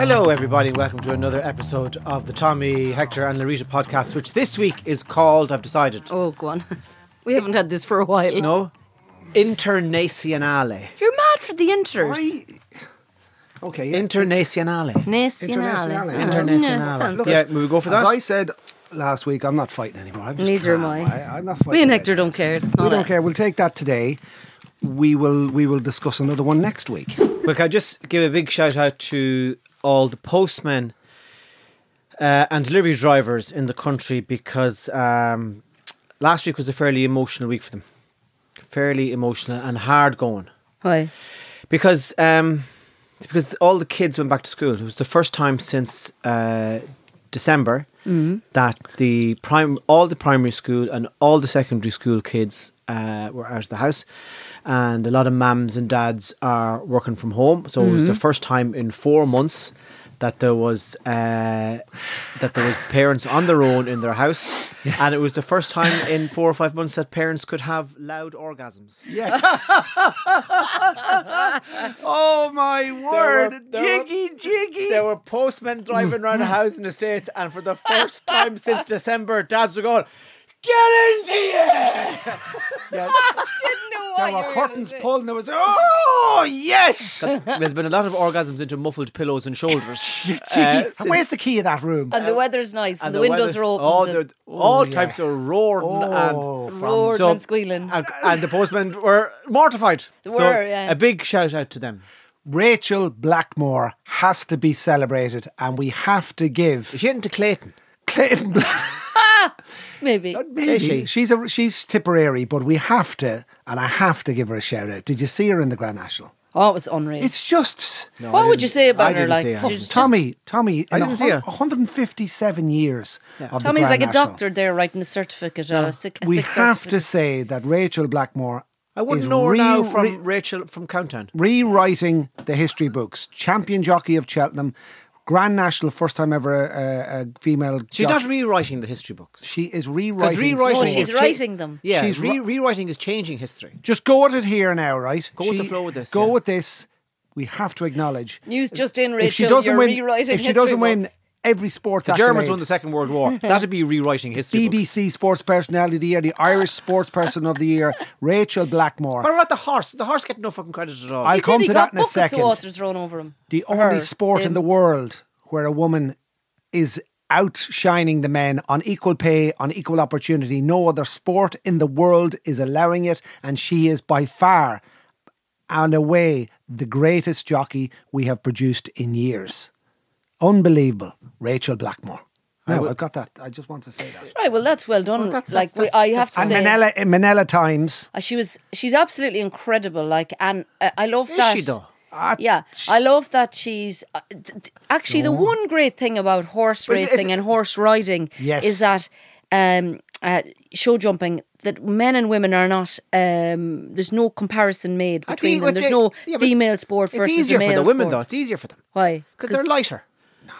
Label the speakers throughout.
Speaker 1: Hello, everybody. Welcome to another episode of the Tommy, Hector, and Larita podcast, which this week is called, I've decided,
Speaker 2: Oh, go on. We haven't had this for a while.
Speaker 1: no, Internationale.
Speaker 2: You're mad for the Inters.
Speaker 3: I, okay. yeah.
Speaker 1: Internationale.
Speaker 2: Nationale.
Speaker 3: Internazionale.
Speaker 2: Yeah, sounds
Speaker 1: Internationale.
Speaker 2: good.
Speaker 1: Yeah, will we go for
Speaker 3: As I
Speaker 1: that?
Speaker 3: said last week, I'm not fighting anymore. I'm just
Speaker 2: Neither am
Speaker 3: calm.
Speaker 2: I.
Speaker 3: I'm not fighting.
Speaker 2: Me and
Speaker 3: about
Speaker 2: Hector don't
Speaker 3: this.
Speaker 2: care. It's not
Speaker 3: we
Speaker 2: a-
Speaker 3: don't care. We'll take that today. We will. We will discuss another one next week.
Speaker 1: Look, I just give a big shout out to all the postmen uh, and delivery drivers in the country because um, last week was a fairly emotional week for them. Fairly emotional and hard going.
Speaker 2: Why?
Speaker 1: because um, it's because all the kids went back to school. It was the first time since uh, December that the prime, all the primary school and all the secondary school kids uh, were out of the house, and a lot of mums and dads are working from home. So it was the first time in four months that there was uh, that there was parents on their own in their house, and it was the first time in four or five months that parents could have loud orgasms.
Speaker 3: Yeah. oh my
Speaker 1: were-
Speaker 3: word!
Speaker 1: there were-
Speaker 3: jiggy, jiggy.
Speaker 1: There were postmen driving around a house in the States, and for the first time since December, dads were going, Get into it!
Speaker 3: Yeah, there were curtains pulled. And there was oh yes.
Speaker 1: There's been a lot of orgasms into muffled pillows and shoulders.
Speaker 3: Jiggy. Where's the key of that room?
Speaker 2: And the weather's nice and,
Speaker 1: Uh, And
Speaker 2: the, windows
Speaker 1: weather-
Speaker 2: are open.
Speaker 1: Oh,
Speaker 2: and
Speaker 1: they're- all
Speaker 3: yeah.
Speaker 1: types of roaring
Speaker 3: Oh,
Speaker 1: and.
Speaker 3: from- Uh,
Speaker 2: roaring
Speaker 1: So-
Speaker 2: and squealing.
Speaker 1: And, and the postmen were mortified.
Speaker 2: They
Speaker 1: So
Speaker 2: were, yeah.
Speaker 1: A big shout out to them.
Speaker 3: Rachel Blackmore has to be celebrated, and we have to give
Speaker 1: She into Clayton.
Speaker 3: Clayton Black.
Speaker 2: Maybe.
Speaker 3: Maybe.
Speaker 1: Is she?
Speaker 3: She's a she's Tipperary, but we have to, and I have to give her a shout out. Did you see her in the Grand National?
Speaker 2: Oh, it was unreal.
Speaker 3: It's just
Speaker 2: what would you say
Speaker 1: I
Speaker 2: about her?
Speaker 1: didn't
Speaker 2: Like,
Speaker 1: see her.
Speaker 2: she's just-
Speaker 3: Tommy. Tommy, in
Speaker 1: didn't see her.
Speaker 3: 157 years of the
Speaker 2: Tommy's
Speaker 3: Grand
Speaker 2: like a
Speaker 3: National.
Speaker 2: doctor there writing a certificate. uh, sick- a
Speaker 3: We
Speaker 2: sick
Speaker 3: have to
Speaker 2: certificate.
Speaker 3: say that Rachel Blackmore.
Speaker 1: I wouldn't
Speaker 3: is
Speaker 1: know her
Speaker 3: re-
Speaker 1: now from
Speaker 3: re-
Speaker 1: Rachel from Countdown.
Speaker 3: rewriting the history books. Champion jockey of Cheltenham, Grand National, first time ever uh, a female.
Speaker 1: She's
Speaker 3: jock-
Speaker 1: not rewriting the history books.
Speaker 3: She is rewriting.
Speaker 1: rewriting-
Speaker 2: Oh,
Speaker 1: Rachel
Speaker 2: she's
Speaker 1: was-
Speaker 2: writing them.
Speaker 1: Yeah,
Speaker 3: She's
Speaker 1: re-
Speaker 3: ri-
Speaker 1: rewriting is changing history.
Speaker 3: Just go at it here now, right?
Speaker 1: Go with the flow with this,
Speaker 3: Go
Speaker 1: yeah.
Speaker 3: with this. We have to acknowledge.
Speaker 2: News just in, Rachel.
Speaker 3: if she doesn't
Speaker 2: you're
Speaker 3: win,
Speaker 2: rewriting
Speaker 3: if she
Speaker 2: history
Speaker 3: doesn't win
Speaker 2: books.
Speaker 3: every sports
Speaker 1: The Germans won the
Speaker 3: accolade,
Speaker 1: Second World War. That'd be rewriting history. books.
Speaker 3: BBC Sports Personality of the Year, the Irish Sports Person of the Year, Rachel
Speaker 1: What
Speaker 3: Blackmore.
Speaker 1: about the horse? The horse get no fucking credit at all.
Speaker 3: I'll
Speaker 2: He did,
Speaker 3: come
Speaker 2: he
Speaker 3: to
Speaker 2: got
Speaker 3: that in a
Speaker 2: buckets of
Speaker 3: second.
Speaker 2: water thrown over him.
Speaker 3: The only
Speaker 2: Her,
Speaker 3: sport in
Speaker 2: him.
Speaker 3: the world where a woman is outshining the men on equal pay, on equal opportunity. No other sport in the world is allowing it, and she is by far and away the greatest jockey we have produced in years. Unbelievable, Rachel Blackmore. No, I've got that. I just want to say that.
Speaker 2: Right, well, that's well done. like, we, I have to
Speaker 3: And
Speaker 2: say.
Speaker 3: Manila, Manila Times.
Speaker 2: Uh, She was, she's absolutely incredible. Like, and uh, I love
Speaker 1: Is
Speaker 2: that.
Speaker 1: she though?
Speaker 3: Ah,
Speaker 2: Yeah, I love that she's uh, th- th- actually the one great thing about horse
Speaker 1: Oh. But is- is-
Speaker 2: racing and horse riding
Speaker 3: Yes.
Speaker 2: is that um, uh, show jumping that men and women are not um, there's no comparison made
Speaker 1: That's
Speaker 2: between
Speaker 1: ea-
Speaker 2: them.
Speaker 1: but
Speaker 2: There's
Speaker 1: they-
Speaker 2: no
Speaker 1: yeah, but
Speaker 2: female sport versus
Speaker 1: It's easier
Speaker 2: a male
Speaker 1: for the women
Speaker 2: sport.
Speaker 1: though. It's easier for them
Speaker 2: Why?
Speaker 1: because they're lighter.
Speaker 3: not.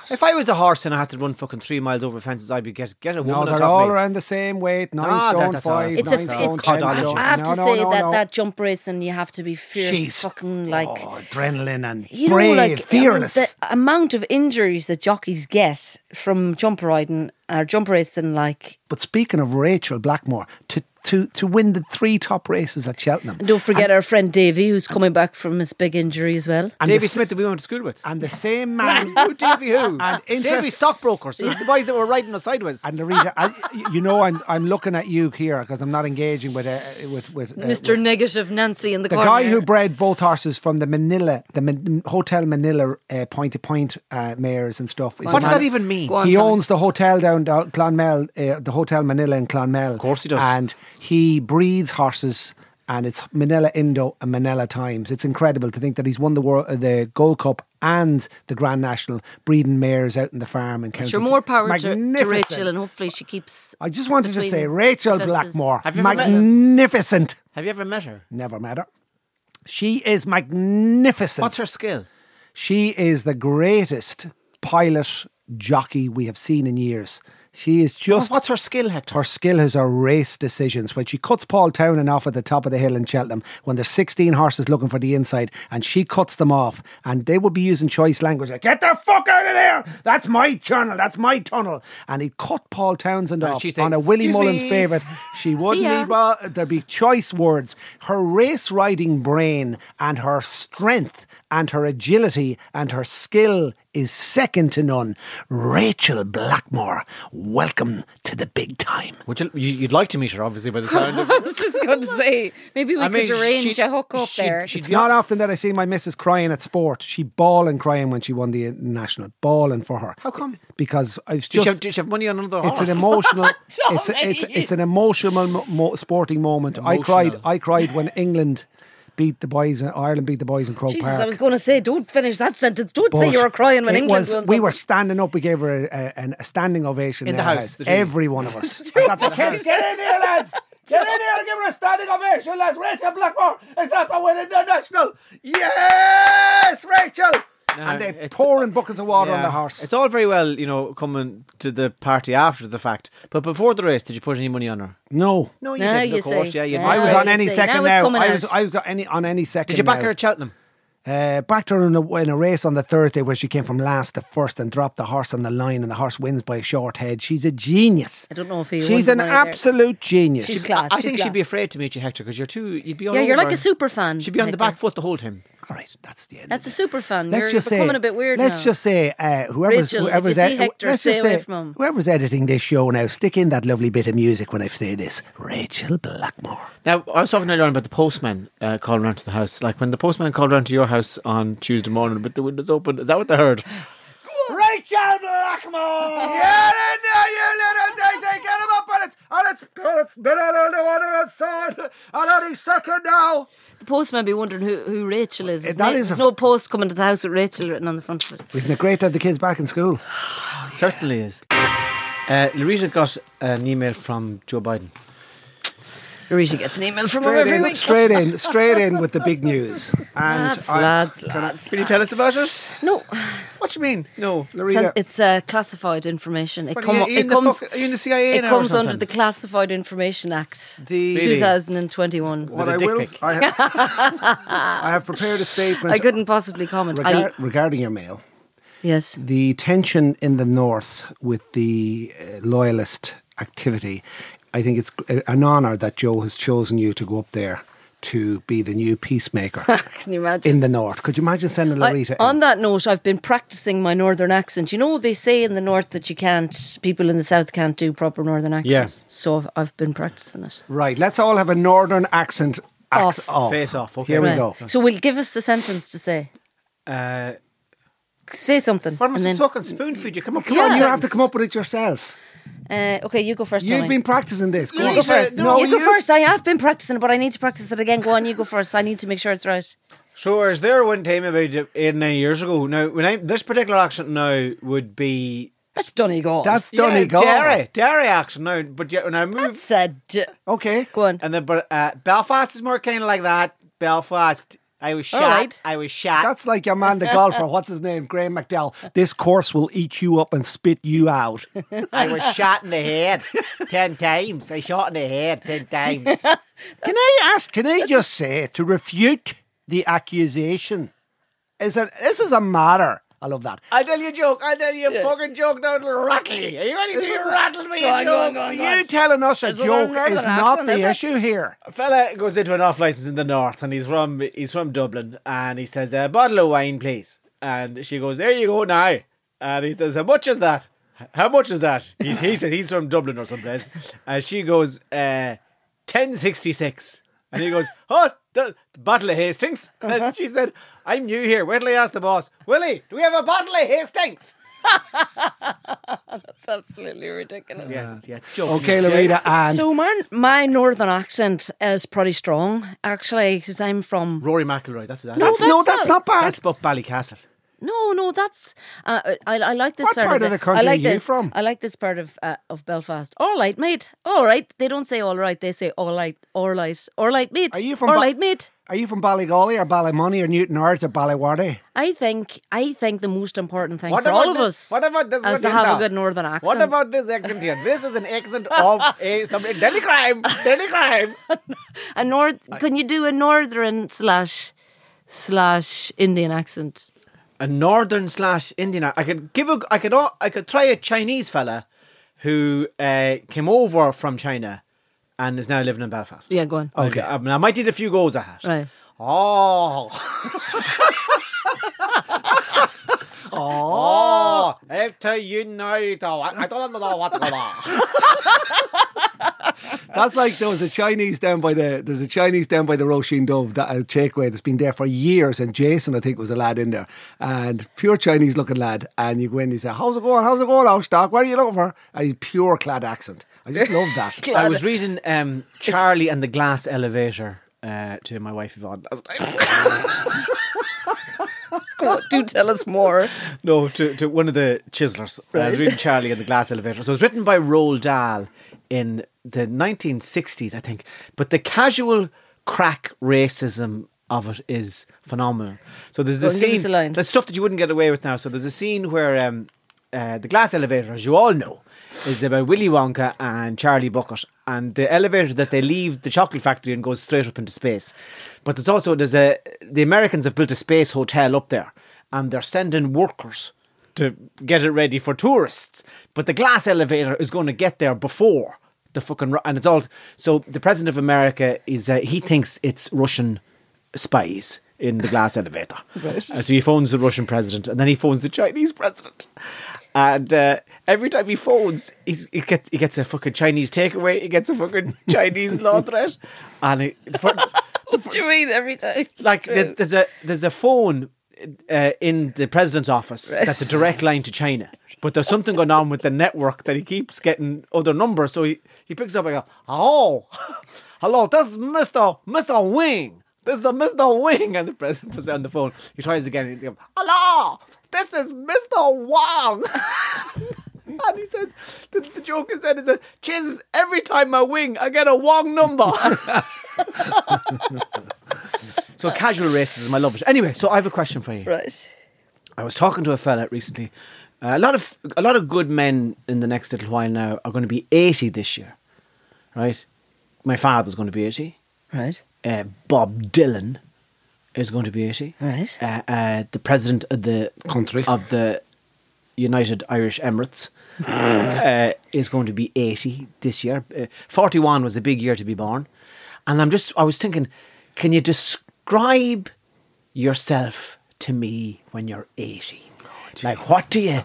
Speaker 1: If I was a horse and I had to run fucking three miles over fences, I'd be get get a
Speaker 3: No,
Speaker 1: woman on
Speaker 3: they're
Speaker 1: top
Speaker 3: all
Speaker 1: of me.
Speaker 3: around the same weight. Nine
Speaker 1: Ah, that-
Speaker 3: stone
Speaker 1: that's all right.
Speaker 3: five.
Speaker 2: It's
Speaker 3: nine
Speaker 2: a.
Speaker 3: stone,
Speaker 2: It's,
Speaker 3: ten
Speaker 1: codology.
Speaker 3: stone.
Speaker 2: I have
Speaker 3: No,
Speaker 2: to
Speaker 3: no,
Speaker 2: say
Speaker 3: no,
Speaker 2: that
Speaker 3: no.
Speaker 2: that jump race, and you have to be fierce,
Speaker 3: She's
Speaker 2: fucking like
Speaker 3: oh, adrenaline and
Speaker 2: you
Speaker 3: brave,
Speaker 2: know, like I mean,
Speaker 3: fearless.
Speaker 2: the amount of injuries that jockeys get from jump riding or jump racing, like
Speaker 3: But speaking of Rachel Blackmore, to, to, to win the three top races at Cheltenham.
Speaker 2: and don't forget our friend Davy, who's coming back from his big injury as well.
Speaker 3: and
Speaker 1: Davy
Speaker 3: the,
Speaker 1: Smith that we went to school with.
Speaker 3: And the same man.
Speaker 1: Who Davy who?
Speaker 3: And
Speaker 1: Davy
Speaker 3: interest-
Speaker 1: stockbrokers. These are the boys that were riding us sideways.
Speaker 3: And Larita, I, you know, I'm I'm looking at you here because I'm not engaging with uh, with with uh,
Speaker 2: Mr. Negative Nancy in the,
Speaker 3: The
Speaker 2: corner.
Speaker 3: guy who bred both horses from the Manila, the Man- Hotel Manila uh, point to point uh, mares and stuff. is a
Speaker 1: What does
Speaker 3: man-
Speaker 1: that even mean?
Speaker 2: Go on,
Speaker 3: he
Speaker 2: tell me.
Speaker 3: owns the hotel down, down Clonmel, uh, the Hotel Manila in Clonmel. Of
Speaker 1: course he does.
Speaker 3: And he breeds horses, and it's Manila Indo and Manila Times. It's incredible to think that he's won the world, uh, the Gold Cup and the Grand National breeding mares out in the farm and county.
Speaker 2: Sure, more
Speaker 3: It's
Speaker 2: power to, to
Speaker 3: magnificent.
Speaker 2: Rachel, and hopefully she keeps.
Speaker 3: I just wanted to
Speaker 2: between
Speaker 3: say, Rachel
Speaker 2: fences.
Speaker 3: Blackmore,
Speaker 1: Have you ever met her?
Speaker 3: magnificent.
Speaker 1: Have you ever met her?
Speaker 3: Never met her. She is magnificent.
Speaker 1: What's her skill?
Speaker 3: She is the greatest pilot jockey we have seen in years. She is just
Speaker 1: What's her skill, Hector?
Speaker 3: her skill is her race decisions. When she cuts Paul Townend off at the top of the hill in Cheltenham, when there's 16 horses looking for the inside, and she cuts them off, and they would be using choice language like, Get the fuck out of there! That's my channel, that's my tunnel. And he cut Paul Townsend
Speaker 1: And
Speaker 3: off
Speaker 1: she'd say,
Speaker 3: on a Willie
Speaker 1: "Excuse
Speaker 3: Mullins
Speaker 1: me."
Speaker 3: favourite. She wouldn't
Speaker 2: ya.
Speaker 3: leave well, there'd be choice words. Her race riding brain and her strength and her agility and her skill is second to none. Rachel Blackmore, welcome to the big time.
Speaker 1: Would you, you, would like to meet her, obviously, by the sound of
Speaker 2: I was just going to say, maybe we
Speaker 1: I mean,
Speaker 2: could arrange
Speaker 1: she-
Speaker 2: a hook up
Speaker 1: she-
Speaker 2: there.
Speaker 1: she-
Speaker 3: It's not often that I see my missus crying at sport. She bawling crying when she won the national, bawling for her. How
Speaker 1: come?
Speaker 3: Because I've
Speaker 1: Did
Speaker 3: just
Speaker 1: she, have, did she have money on another
Speaker 3: It's
Speaker 1: horse?
Speaker 3: an emotional. it's, a, it's,
Speaker 2: Tommy.
Speaker 3: it's an emotional mo- mo- sporting moment. I cried.
Speaker 1: Emotional.
Speaker 3: I cried when England beat the boys. Ireland beat the boys in Croke
Speaker 2: Jesus,
Speaker 3: Park.
Speaker 2: I was going to say, don't finish that sentence. Don't say
Speaker 3: But
Speaker 2: you were crying when
Speaker 3: it
Speaker 2: England
Speaker 3: was-
Speaker 2: won
Speaker 3: We
Speaker 2: something.
Speaker 3: were standing up. We gave her a, a, an- a standing ovation
Speaker 1: In
Speaker 3: in
Speaker 1: the
Speaker 3: our house.
Speaker 1: house, the two of you.
Speaker 3: Every one of us. I got the kids, get in here, lads. Get in here and give her a standing ovation, lads. Rachel Blackmore is after winning the national. Yes, Rachel. and they
Speaker 1: it's-
Speaker 3: pouring buckets of water on the
Speaker 1: Yeah.
Speaker 3: horse.
Speaker 1: It's all very well, you know, coming to the party after the fact. But before the race, did you put any money on her?
Speaker 3: no.
Speaker 1: No, you
Speaker 2: No,
Speaker 1: didn't,
Speaker 2: you
Speaker 1: of course.
Speaker 2: say.
Speaker 1: Yeah, you
Speaker 2: No.
Speaker 1: didn't.
Speaker 3: I was
Speaker 2: Ah,
Speaker 3: on
Speaker 2: you
Speaker 3: any
Speaker 2: see,
Speaker 3: second
Speaker 2: now it's
Speaker 3: now.
Speaker 2: coming
Speaker 3: I was.
Speaker 2: out.
Speaker 3: I was got any on any second.
Speaker 1: Did you back
Speaker 3: now.
Speaker 1: her at Cheltenham?
Speaker 3: Uh, backed her in a, in a race on the Thursday where she came from last to first and dropped the horse on the line, and the horse wins by a short head. She's a genius.
Speaker 2: I don't know if he won
Speaker 3: She's
Speaker 2: the
Speaker 3: an
Speaker 2: money there.
Speaker 3: absolute genius. Uh,
Speaker 2: She's class.
Speaker 1: I
Speaker 2: she's
Speaker 1: think
Speaker 2: class.
Speaker 1: she'd be afraid to meet you, Hector, because you're too. You'd be all
Speaker 2: Yeah, you're
Speaker 1: over
Speaker 2: like
Speaker 1: her.
Speaker 2: a super fan,
Speaker 1: She'd be on the
Speaker 2: Hector.
Speaker 1: back foot the whole time.
Speaker 3: All right, that's the end.
Speaker 2: That's a
Speaker 3: of it.
Speaker 2: super fan.
Speaker 3: Let's
Speaker 2: You're
Speaker 3: just say.
Speaker 2: becoming a bit weird
Speaker 3: Let's
Speaker 2: now.
Speaker 3: just say uh, whoever's
Speaker 2: Rachel, if
Speaker 3: whoever's
Speaker 2: you see Hector,
Speaker 3: let's just
Speaker 2: stay away
Speaker 3: say
Speaker 2: from him.
Speaker 3: whoever's editing this show now. Stick in that lovely bit of music when I say this. Rachel Blackmore.
Speaker 1: Now, I was talking earlier on about the postman uh, calling round to the house. Like when the postman called round to your house on Tuesday morning with the windows open, is that what they heard?
Speaker 3: Rachel Blackmore! Get in there, you little daisy! Get him up on it! And it's, it's been on the water outside! And any second now!
Speaker 2: The postman be wondering who, who Rachel is.
Speaker 3: That
Speaker 2: There's
Speaker 3: is a-
Speaker 2: no post coming to the house with Rachel written on the front of it.
Speaker 3: Isn't it great to have the kids back in school?
Speaker 1: Certainly is. Uh, Larita got an email from Joe Biden.
Speaker 2: Larissa gets an email from her
Speaker 3: Straight
Speaker 2: every
Speaker 3: in,
Speaker 2: week.
Speaker 3: straight in, straight in with the big news. And
Speaker 2: Lads,
Speaker 3: I-
Speaker 2: lads, lads.
Speaker 1: Can you tell us about it?
Speaker 2: No,
Speaker 1: What do you mean? No,
Speaker 2: sen-
Speaker 1: Larita.
Speaker 2: it's uh, classified information. It,
Speaker 1: What,
Speaker 2: come-
Speaker 1: are you- are you
Speaker 2: it
Speaker 1: in the
Speaker 2: comes.
Speaker 1: fuck- are you in the CIA
Speaker 2: It
Speaker 1: now or
Speaker 2: comes under
Speaker 1: something?
Speaker 2: the Classified Information Act,
Speaker 3: The-
Speaker 1: Really?
Speaker 2: 2021.
Speaker 3: what
Speaker 1: it a
Speaker 3: I
Speaker 1: dick
Speaker 3: will,
Speaker 1: pic?
Speaker 3: I have, I have prepared a statement
Speaker 2: I couldn't possibly comment.
Speaker 3: regar-
Speaker 2: I,
Speaker 3: regarding your mail.
Speaker 2: yes,
Speaker 3: The tension in the north with the uh, loyalist activity, I think it's uh, an honour that Joe has chosen you to go up there to be the new peacemaker
Speaker 2: can you imagine?
Speaker 3: in the north. Could you imagine sending
Speaker 2: I-
Speaker 3: Larita? in?
Speaker 2: on that note, I've been practicing my northern accent. You know, they say in the north that you can't, people in the south can't do proper northern accents.
Speaker 1: Yeah.
Speaker 2: So I've, I've been practicing it.
Speaker 3: right, let's all have a northern accent. Axe
Speaker 2: Off.
Speaker 3: off.
Speaker 1: Face off, okay.
Speaker 3: Here we
Speaker 2: Right.
Speaker 3: go.
Speaker 2: So we'll give us the sentence to say.
Speaker 1: Uh,
Speaker 2: Say something.
Speaker 1: what am I
Speaker 2: and then-
Speaker 1: supposed to fucking spoon feed you? Come on,
Speaker 3: Come on, you have to come up with it yourself.
Speaker 2: Uh, okay, you go first.
Speaker 3: You've
Speaker 2: Tommy.
Speaker 3: been practicing this. Go
Speaker 2: You
Speaker 3: on.
Speaker 2: go first.
Speaker 3: No,
Speaker 2: you go first. I have been practicing, but I need to practice it again. Go on, you go first. I need to make sure it's right.
Speaker 1: So I was there one time about eight nine years ago. Now, when I this particular accent now would be
Speaker 2: That's Donegal.
Speaker 3: That's Donegal.
Speaker 1: yeah, Derry, Derry accent now. But yeah, when I moved,
Speaker 2: said.
Speaker 3: Okay.
Speaker 2: Go on.
Speaker 1: and then but uh, Belfast is more kind of like that. Belfast I was
Speaker 2: All
Speaker 1: shot.
Speaker 2: right.
Speaker 1: I was shot.
Speaker 3: That's like your man, the golfer. What's his name? Graham McDowell. This course will eat you up and spit you out.
Speaker 1: I was shot in the head ten times. I shot in the head ten times.
Speaker 3: Can I ask? Can I just say to refute the accusation? Is it? This is a matter. I love that.
Speaker 1: I tell you a joke. I tell you a fucking joke now. It'll rattle you. Are you ready to rattle me?
Speaker 2: Go
Speaker 1: a
Speaker 2: on, go on,
Speaker 1: joke?
Speaker 2: go on, go on.
Speaker 3: You telling us a
Speaker 2: There's a lot of
Speaker 3: joke
Speaker 2: nerve
Speaker 3: is
Speaker 2: in that
Speaker 3: not
Speaker 2: one,
Speaker 3: the
Speaker 2: is it?
Speaker 3: issue here.
Speaker 1: A fella goes into an off license in the north, and he's from he's from Dublin, and he says a bottle of wine, please. And she goes, "There you go now." And he says, "How much is that? How much is that?" He's, he said he's from Dublin or someplace, and she goes, uh, 1066. And he goes, "Oh, the, the bottle of Hastings." And she said, "I'm new here. Wait till I ask the boss, Willie. Do we have a bottle of Hastings?"
Speaker 2: It's absolutely ridiculous.
Speaker 1: Yeah, yeah, it's joking.
Speaker 3: Okay, Loretta, and
Speaker 2: So my my northern accent is pretty strong, actually, because I'm from.
Speaker 1: Rory McIlroy. That's that.
Speaker 3: that's, no,
Speaker 2: that's
Speaker 3: that's
Speaker 2: not-
Speaker 3: not bad.
Speaker 1: That's Buck Ballycastle.
Speaker 2: No, no, that's uh, I. I like this.
Speaker 3: What
Speaker 2: sort
Speaker 3: part of
Speaker 2: thi-
Speaker 3: the country
Speaker 2: I like
Speaker 3: are you
Speaker 2: this,
Speaker 3: from?
Speaker 2: I like this part of uh, of Belfast. All right, mate. All right. They don't say all right. They say all right. All right. All right, mate.
Speaker 3: Are you from
Speaker 2: All
Speaker 3: Ba-
Speaker 2: right, mate.
Speaker 3: Are you from Ballygolly or Ballymoney or Newton Ards or Ballywardy?
Speaker 2: I think I think the most important thing
Speaker 1: What
Speaker 2: for
Speaker 1: about
Speaker 2: all of
Speaker 1: this-
Speaker 2: us
Speaker 1: what about this
Speaker 2: is
Speaker 1: one
Speaker 2: to
Speaker 1: here
Speaker 2: have
Speaker 1: now?
Speaker 2: a good northern accent.
Speaker 1: What about this accent here? This is an accent of a some Delhi crime. Delhi crime.
Speaker 2: a north? Can you do a northern slash slash Indian accent?
Speaker 1: A northern slash Indian. I could give a. I could. al- I could try a Chinese fella, who uh, came over from China, and is now living in Belfast.
Speaker 2: Yeah, go on.
Speaker 1: Okay. I, mean, I might need a few goes at it.
Speaker 2: Right.
Speaker 1: Oh. oh. After you know, though, I, I don't know what to do.
Speaker 3: That's like there was a Chinese down by the there's a Chinese down by the Roisin Dove that a takeaway that's been there for years and Jason I think was the lad in there and pure Chinese looking lad and you go in and you say how's it going how's it going out stock what are you looking for and he's pure clad accent I just love that
Speaker 1: I was reading um, Charlie and the Glass Elevator uh, to my wife Yvonne last night.
Speaker 2: do tell us more.
Speaker 1: no, to, to one of the chiselers. I was reading Charlie and the Glass Elevator. So it was written by Roald Dahl in the 1960s, I think. But the casual crack racism of it is phenomenal. So there's a
Speaker 2: Go on, give us
Speaker 1: scene.
Speaker 2: a line.
Speaker 1: There's stuff that you wouldn't get away with now. So there's a scene where um, uh, the glass elevator, as you all know, is about Willy Wonka and Charlie Bucket, and the elevator that they leave the chocolate factory and goes straight up into space. But there's also there's a the Americans have built a space hotel up there, and they're sending workers to get it ready for tourists. But the glass elevator is going to get there before the fucking Ru- and it's all. So the president of America is uh, he thinks it's Russian spies in the glass elevator. And so he phones the Russian president, and then he phones the Chinese president. And uh, every time he phones, he's, he gets he gets a fucking Chinese takeaway. He gets a fucking Chinese law threat, and it, for,
Speaker 2: What do you mean every time?
Speaker 1: like there's there's a there's a phone uh, in the president's office
Speaker 2: Right.
Speaker 1: that's a direct line to China. But there's something going on with the network that he keeps getting other numbers. So he, he picks up and goes, Oh, hello, this is Mr. Mr. Wing. This is the Mr. Wing. And the president was on the phone. He tries again. And he goes, Hello, this is Mr. Wang. and he says, the, the joke is that it's a Jesus, every time I wing, I get a Wang number. So casual racism, I love it. Anyway, so I have a question for you.
Speaker 2: Right.
Speaker 1: I was talking to a fella recently. Uh, a lot of a lot of good men in the next little while now are going to be eighty this year, right? My father's going to be eighty.
Speaker 2: Right.
Speaker 1: Uh, Bob Dylan is going to be eighty.
Speaker 2: Right.
Speaker 1: Uh, uh, the president of the
Speaker 3: Country.
Speaker 1: of the United Irish Emirates uh, is going to be 80 this year. Uh, 41 was a big year to be born. And I'm just, I was thinking, can you describe yourself to me when you're 80? like, what do you,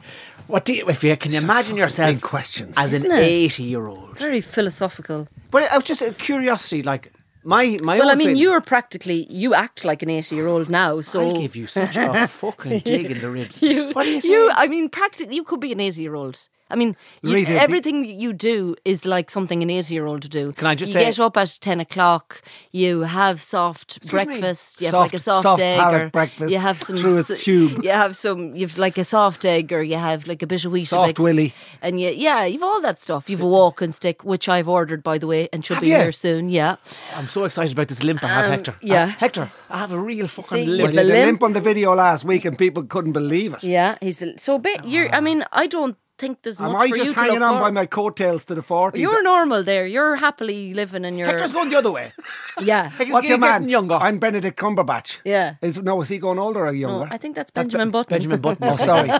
Speaker 1: what do you, if you, can you imagine yourself
Speaker 3: big questions.
Speaker 1: as an
Speaker 2: Isn't it?
Speaker 1: 80 year old?
Speaker 2: Very philosophical.
Speaker 1: But I was just a curiosity, like, my, my
Speaker 2: Well,
Speaker 1: own
Speaker 2: I mean,
Speaker 1: feeling-
Speaker 2: you are practically you act like an eighty-year-old now. So
Speaker 1: I'll give you such a fucking jig in the ribs.
Speaker 2: You,
Speaker 1: what are you saying?
Speaker 2: you- I mean, practically, you could be an eighty-year-old. I mean, you,
Speaker 3: Rita, the-
Speaker 2: everything you do is like something an eighty-year-old to do.
Speaker 1: Can I just
Speaker 2: you
Speaker 1: say-
Speaker 2: get up at ten o'clock, you have soft
Speaker 3: me?
Speaker 2: breakfast, you have
Speaker 3: Soft-
Speaker 2: like a soft,
Speaker 3: soft
Speaker 2: egg,
Speaker 3: palate
Speaker 2: or
Speaker 3: breakfast
Speaker 2: you have some
Speaker 3: through a
Speaker 2: s-
Speaker 3: tube.
Speaker 2: you have some, you've like a soft egg, or you have like a bit of wheat,
Speaker 3: Soft willy.
Speaker 2: and you, yeah, you've all that stuff. You've a walking stick, which I've ordered by the way, and should
Speaker 3: Have
Speaker 2: be
Speaker 3: you?
Speaker 2: here soon. Yeah,
Speaker 1: I'm so excited about this limp I have, Hector.
Speaker 2: yeah.
Speaker 1: Uh, Hector, I have a real fucking
Speaker 2: See,
Speaker 3: Well,
Speaker 1: limp.
Speaker 3: Um, you had
Speaker 2: the
Speaker 3: a
Speaker 2: limp-
Speaker 3: limp on the video last week and people couldn't believe it.
Speaker 2: yeah, he's a, so bit. You're, I mean, I don't think there's
Speaker 3: Am
Speaker 2: much
Speaker 3: I
Speaker 2: for you
Speaker 3: just
Speaker 2: to look
Speaker 3: hanging on
Speaker 2: for.
Speaker 3: by my coattails to the 40s?
Speaker 2: You're normal there. You're happily living in your
Speaker 1: Hector's going the other way.
Speaker 2: yeah.
Speaker 1: Hector's
Speaker 3: What's your
Speaker 1: getting
Speaker 3: man?
Speaker 1: Younger.
Speaker 3: I'm Benedict Cumberbatch.
Speaker 2: Yeah.
Speaker 3: Is no, is he going older
Speaker 2: No,
Speaker 3: or younger?
Speaker 2: I think that's Benjamin Button.
Speaker 1: Benjamin Button.
Speaker 3: oh, sorry.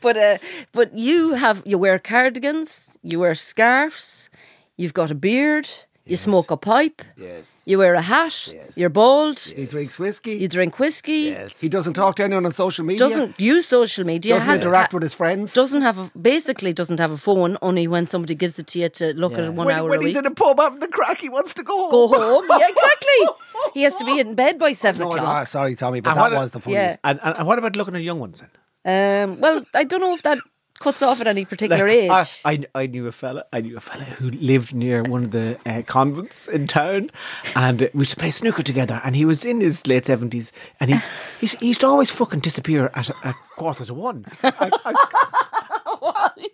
Speaker 2: but uh, but you have you wear cardigans, you wear scarves, you've got a beard, you smoke a pipe,
Speaker 4: Yes.
Speaker 2: you wear a hat, you're bald,
Speaker 3: He drinks whiskey.
Speaker 2: you drink whiskey,
Speaker 4: Yes.
Speaker 3: He doesn't talk to anyone on social media.
Speaker 2: doesn't use social media,
Speaker 3: doesn't
Speaker 2: has-
Speaker 3: interact
Speaker 2: ha-
Speaker 3: with his friends.
Speaker 2: doesn't have a, basically doesn't have a phone only when somebody gives it to you to look at it one
Speaker 3: when
Speaker 2: hour
Speaker 3: when
Speaker 2: a
Speaker 3: he's
Speaker 2: week.
Speaker 3: in a pub having the crack, he wants to go home.
Speaker 2: Go home, yeah, exactly. he has to be in bed by seven
Speaker 3: No,
Speaker 2: o'clock.
Speaker 3: no, sorry, Tommy, but
Speaker 1: And
Speaker 3: that
Speaker 1: what-
Speaker 3: was the funniest.
Speaker 1: And, and, and what about looking at young ones then?
Speaker 2: Um, well, I don't know if that cuts off at any particular age.
Speaker 1: I, I, I knew a fella. I knew a fella who lived near one of the uh, convents in town, and uh, we used to play snooker together. And he was in his late seventies, and he, he used- he used to always fucking disappear at a, a quarter to one, and, and-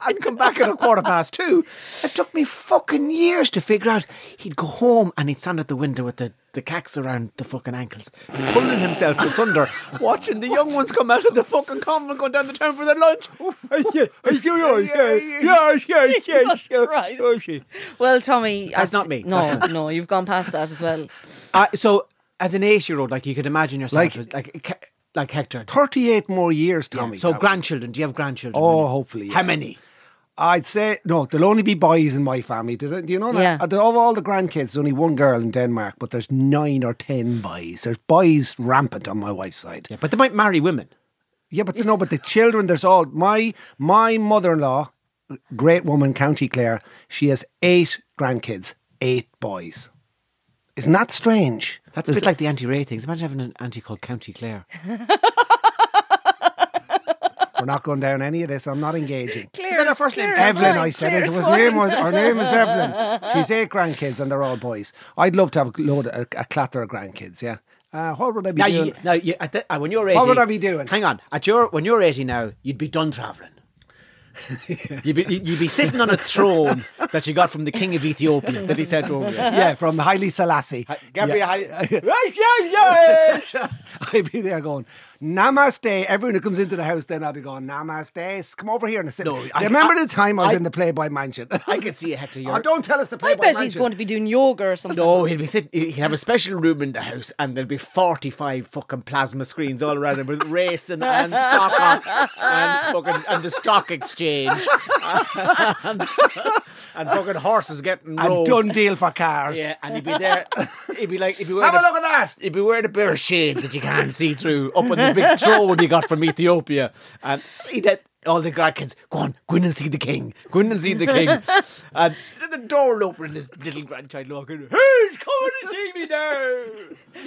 Speaker 1: and come back at a quarter past two. It took me fucking years to figure out. He'd go home and he'd stand at the window with the. The cacks around the fucking ankles, pulling himself asunder, watching the young ones come out of the fucking convent going down the town for their lunch.
Speaker 3: Oh, yeah,
Speaker 1: yeah,
Speaker 3: yeah, yeah, yeah, yeah.
Speaker 2: Right.
Speaker 3: Okay.
Speaker 2: Well, Tommy,
Speaker 1: That's
Speaker 2: I'd-
Speaker 1: not me.
Speaker 2: No,
Speaker 1: That's
Speaker 2: no, you've gone past that as well.
Speaker 1: I, Uh, so, as an eight-year-old, like you could imagine yourself,
Speaker 3: Like-
Speaker 1: as, like Ke- like Hector.
Speaker 3: 38 more years, Tommy.
Speaker 1: so,
Speaker 3: That-
Speaker 1: grandchildren? Do you have grandchildren?
Speaker 3: Oh,
Speaker 1: Will you?
Speaker 3: hopefully,
Speaker 1: How
Speaker 3: yeah.
Speaker 1: many?
Speaker 3: I'd say, no, there'll only be boys in my family. Do they- do you know that?
Speaker 2: Yeah.
Speaker 3: Out Of all the grandkids, there's only one girl in Denmark, but there's nine or ten boys. There's boys rampant on my wife's side.
Speaker 1: Yeah, but they might marry women.
Speaker 3: Yeah, but no, but the children. There's all my my mother in law, great woman, County Clare. She has eight grandkids, eight boys. Isn't that strange?
Speaker 1: That's a bit like the anti-Ray things. Imagine having an auntie called County Clare.
Speaker 3: We're not going down any of this. I'm not engaging.
Speaker 2: Clear
Speaker 1: that her
Speaker 2: as-
Speaker 1: first name?
Speaker 2: clear as
Speaker 3: Evelyn,
Speaker 2: mine,
Speaker 3: I said
Speaker 2: clear
Speaker 3: it.
Speaker 2: as
Speaker 3: it was
Speaker 2: mine.
Speaker 3: name was her name is Evelyn. She's eight grandkids and they're all boys. I'd love to have a load of, a clatter of grandkids. Yeah. Uh, what would I be
Speaker 1: Now,
Speaker 3: doing?
Speaker 1: you, now you, at the, uh, when you're 80,
Speaker 3: What would I be doing?
Speaker 1: Hang on, at your when you're 80 now, you'd be done traveling. you'd, be, you'd be sitting on a throne that you got from the king of Ethiopia that he sent over you.
Speaker 3: yeah, from Haile Selassie.
Speaker 1: Gabriel,
Speaker 3: Yeah.
Speaker 1: Hyde-
Speaker 3: yes, yes, yes. I'd be there going, Namaste. Everyone who comes into the house, then I'd be going, Namaste. Come over here and sit.
Speaker 1: No,
Speaker 3: Do you
Speaker 1: I-
Speaker 3: remember
Speaker 1: I-
Speaker 3: the time I was
Speaker 1: I-
Speaker 3: in the Playboy Mansion?
Speaker 1: I could see it, Hector. You're,
Speaker 3: oh, don't tell us the
Speaker 2: I
Speaker 3: Playboy
Speaker 2: bet
Speaker 3: Mansion.
Speaker 2: he's going to be doing yoga or something.
Speaker 1: No, he'll be sitting. He'll have a special room in the house, and there'll be forty-five fucking plasma screens all around him with racing and soccer and fucking and the stock exchange and, and fucking horses getting
Speaker 3: And
Speaker 1: rode.
Speaker 3: done deal for cars.
Speaker 1: Yeah, and he'd be there. He'd be like, he'd be wearing
Speaker 3: Have a look at that.
Speaker 1: He'd be wearing a pair of shades that you can't see through up on the big throne you got from Ethiopia, and he'd had all the grandkids go on, go in and see the king, go in and see the king, and then the door will open and this little grandchild walking, who's coming to see me now?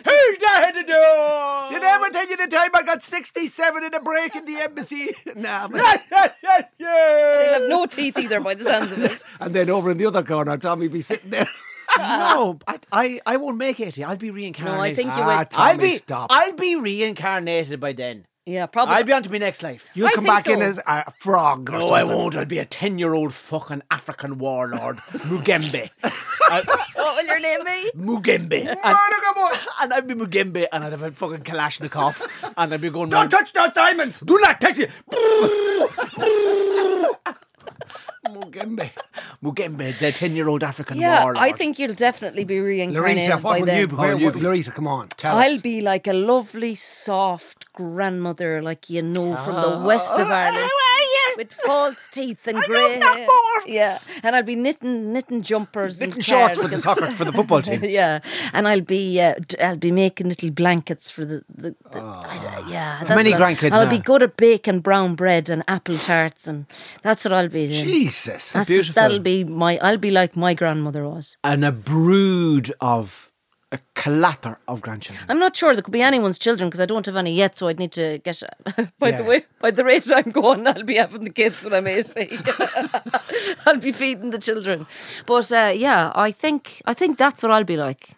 Speaker 1: Who's there at the door?
Speaker 3: Did I ever tell you the time I got 67 in a break in the embassy? nah. but-
Speaker 2: He'll have no teeth either, by the sounds of it.
Speaker 3: and then over in the other corner, Tommy be sitting there.
Speaker 1: No, I, I, I won't make eighty. I'll be reincarnated.
Speaker 2: No, I think you
Speaker 3: Ah,
Speaker 2: went.
Speaker 3: Tommy,
Speaker 1: I'll be.
Speaker 3: stop.
Speaker 1: I'll be reincarnated by then.
Speaker 2: Yeah, probably.
Speaker 1: I'll be on to my next life.
Speaker 3: You'll
Speaker 2: I
Speaker 3: come
Speaker 2: think
Speaker 3: back in
Speaker 2: so.
Speaker 3: as a frog or
Speaker 1: No, Oh,
Speaker 3: something.
Speaker 1: I won't. I'll be a 10 year old fucking African warlord, Mugembe. I-
Speaker 2: What will your name be?
Speaker 1: Mugembe. And, and I'd be Mugembe and I'd have a fucking Kalashnikov and I'd be going, round,
Speaker 3: Don't touch those diamonds. Do not touch it. Mugembe.
Speaker 1: Mugembe, the 10 year old African
Speaker 2: Yeah,
Speaker 1: warlord.
Speaker 2: I think you'll definitely be reincarnated
Speaker 3: Larissa,
Speaker 2: by
Speaker 3: what will
Speaker 2: then.
Speaker 3: you be? Where
Speaker 1: will you
Speaker 3: would-
Speaker 1: be?
Speaker 3: Larissa, come on, tell
Speaker 2: Oh, I'll
Speaker 3: us.
Speaker 2: be like a lovely, soft grandmother, like you know from
Speaker 1: Oh.
Speaker 2: the west of Ireland, with false teeth and grey hair. Yeah, and I'll be knitting knitting jumpers,
Speaker 1: Knitting
Speaker 2: and
Speaker 1: shorts for the
Speaker 2: cardigans.
Speaker 1: soccer, for the football team.
Speaker 2: yeah, and I'll be uh, d- I'll be making little blankets for the, the, the I don't- yeah. that's
Speaker 1: Ah. many
Speaker 2: what I'll-
Speaker 1: grandkids
Speaker 2: I'll
Speaker 1: now?
Speaker 2: be good at baking brown bread and apple tarts, and that's what I'll be doing.
Speaker 3: Jesus.
Speaker 2: That's,
Speaker 1: beautiful.
Speaker 2: that'll be my. I'll be like my grandmother was.
Speaker 1: And a brood of a collator of grandchildren.
Speaker 2: I'm not sure there could be anyone's children because I don't have any yet, so I'd need to get. by
Speaker 1: Yeah.
Speaker 2: the way, by the rate I'm going, I'll be having the kids when I'm 80. I'll be feeding the children. But uh, yeah, I think I think that's what I'll be like.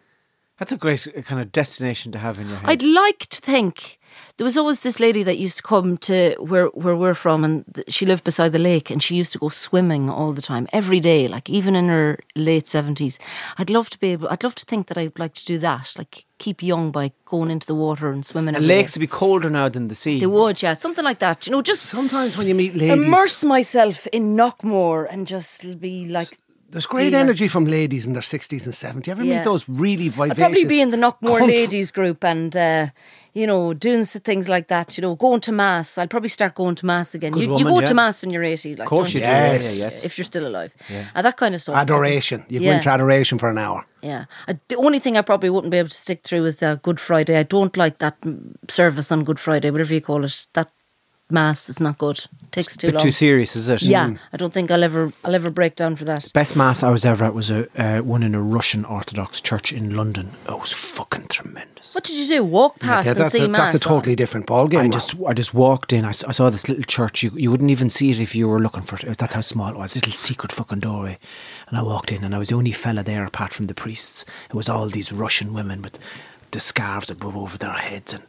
Speaker 1: That's a great uh, kind of destination to have in your head.
Speaker 2: I'd like to think there was always this lady that used to come to where where we're from, and th- she lived beside the lake, and she used to go swimming all the time, every day, like even in her late seventies. I'd love to be able. I'd love to think that I'd like to do that, like keep young by going into the water and swimming.
Speaker 1: and
Speaker 2: every day.
Speaker 1: lakes would be colder now than the sea.
Speaker 2: They would, yeah, something like that. You know, just
Speaker 3: Sometimes when you meet ladies,
Speaker 2: immerse myself in Knockmore and just be like.
Speaker 3: there's great
Speaker 2: Yeah.
Speaker 3: energy from ladies in their 60s and 70s. Ever
Speaker 2: Yeah.
Speaker 3: meet those really vivacious?
Speaker 2: I'd probably be in the Knockmore
Speaker 3: contr-
Speaker 2: ladies group and. Uh, you know, doing s- things like that. You know, going to mass. I'll probably start going to mass again.
Speaker 1: Good
Speaker 2: You, you
Speaker 1: woman,
Speaker 2: go
Speaker 1: yeah.
Speaker 2: to mass when you're eighty. Like,
Speaker 1: Of course
Speaker 2: don't
Speaker 1: you do. Yeah,
Speaker 3: Yes.
Speaker 1: yeah, yes.
Speaker 2: if you're still alive. And that kind of stuff.
Speaker 3: Adoration. You go into adoration for an hour.
Speaker 2: Yeah. I, the only thing I probably wouldn't be able to stick through is uh, Good Friday. I don't like that mm, service on Good Friday, whatever you call it. That mass is not good. takes too
Speaker 1: bit
Speaker 2: long.
Speaker 1: too serious, is it?
Speaker 2: yeah. I don't think I'll ever I'll ever break down for that.
Speaker 1: Best mass I was ever at was a uh, one in a Russian Orthodox church in London. Oh, It was fucking tremendous.
Speaker 2: What did you do? Walk past
Speaker 3: Yeah,
Speaker 2: and
Speaker 3: that's,
Speaker 2: see
Speaker 3: a,
Speaker 2: mass.
Speaker 3: that's a totally different ballgame.
Speaker 1: I
Speaker 3: Rob.
Speaker 1: just I just walked in. I s- I saw, this little church. You you wouldn't even see it if you were looking for it. That's how small it was. Little secret fucking doorway. And I walked in, and I was the only fella there apart from the priests. It was all these Russian women with the scarves above over their heads and.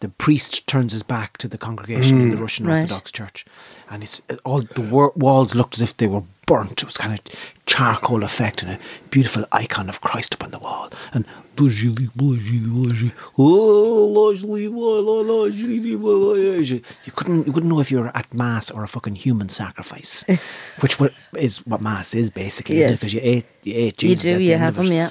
Speaker 1: The priest turns his back to the congregation in the Russian
Speaker 2: Mm. Right.
Speaker 1: Orthodox Church, and it's it- all the wor- walls looked as if they were burnt. It was kind of charcoal effect, and a beautiful icon of Christ upon the wall. And you couldn't you wouldn't know if you were at mass or a fucking human sacrifice, which were, is what mass is basically, isn't it?
Speaker 2: Yes.
Speaker 1: Because you ate you ate Jesus.
Speaker 2: do,
Speaker 1: at the
Speaker 2: you
Speaker 1: end
Speaker 2: have
Speaker 1: of it.
Speaker 2: him,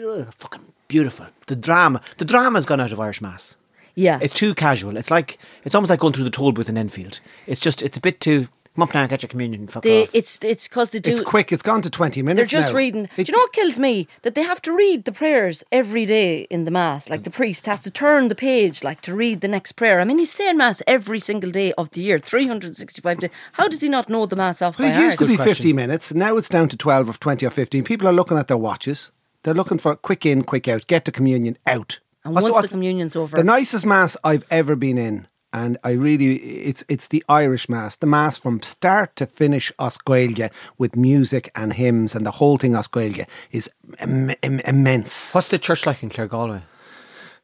Speaker 2: yeah.
Speaker 1: Fucking beautiful. The drama, the drama's gone out of Irish mass.
Speaker 2: Yeah.
Speaker 1: It's too casual. It's like it's almost like going through the toll booth in Enfield. It's just it's a bit too. Come up now, get your communion. Fuck
Speaker 2: they,
Speaker 1: off.
Speaker 2: it's it's because they do
Speaker 3: it's quick. It's gone to 20 minutes
Speaker 2: They're just
Speaker 3: now.
Speaker 2: reading. Do
Speaker 3: It-
Speaker 2: you know what kills me? That they have to read the prayers every day in the mass. Like the priest has to turn the page, like to read the next prayer. I mean, he's saying mass every single day of the year, 365 days. How does he not know the mass off by
Speaker 3: Well, it used
Speaker 2: heart?
Speaker 3: to be
Speaker 1: question.
Speaker 3: 50 minutes. Now it's down to 12 or 20 or 15. People are looking at their watches. They're looking for quick in, quick out. Get to communion, out.
Speaker 2: And
Speaker 3: That's
Speaker 2: once
Speaker 3: what-
Speaker 2: the communion's over,
Speaker 3: The nicest mass I've ever been in, and I really it's it's the Irish mass, the mass from start to finish Oscailge with music and hymns and the whole thing Oscailge is im- im- immense.
Speaker 1: What's the church like in Claregalway?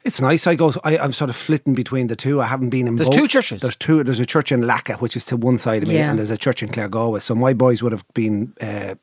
Speaker 3: It's nice. I go. I, I'm sort of flitting between the two. I haven't been in.
Speaker 1: There's
Speaker 3: both.
Speaker 1: two churches?
Speaker 3: There's two. There's a church in Lacca, which is to one side of me,
Speaker 2: Yeah.
Speaker 3: and there's a church in Claregalway. So my boys would have been. Uh,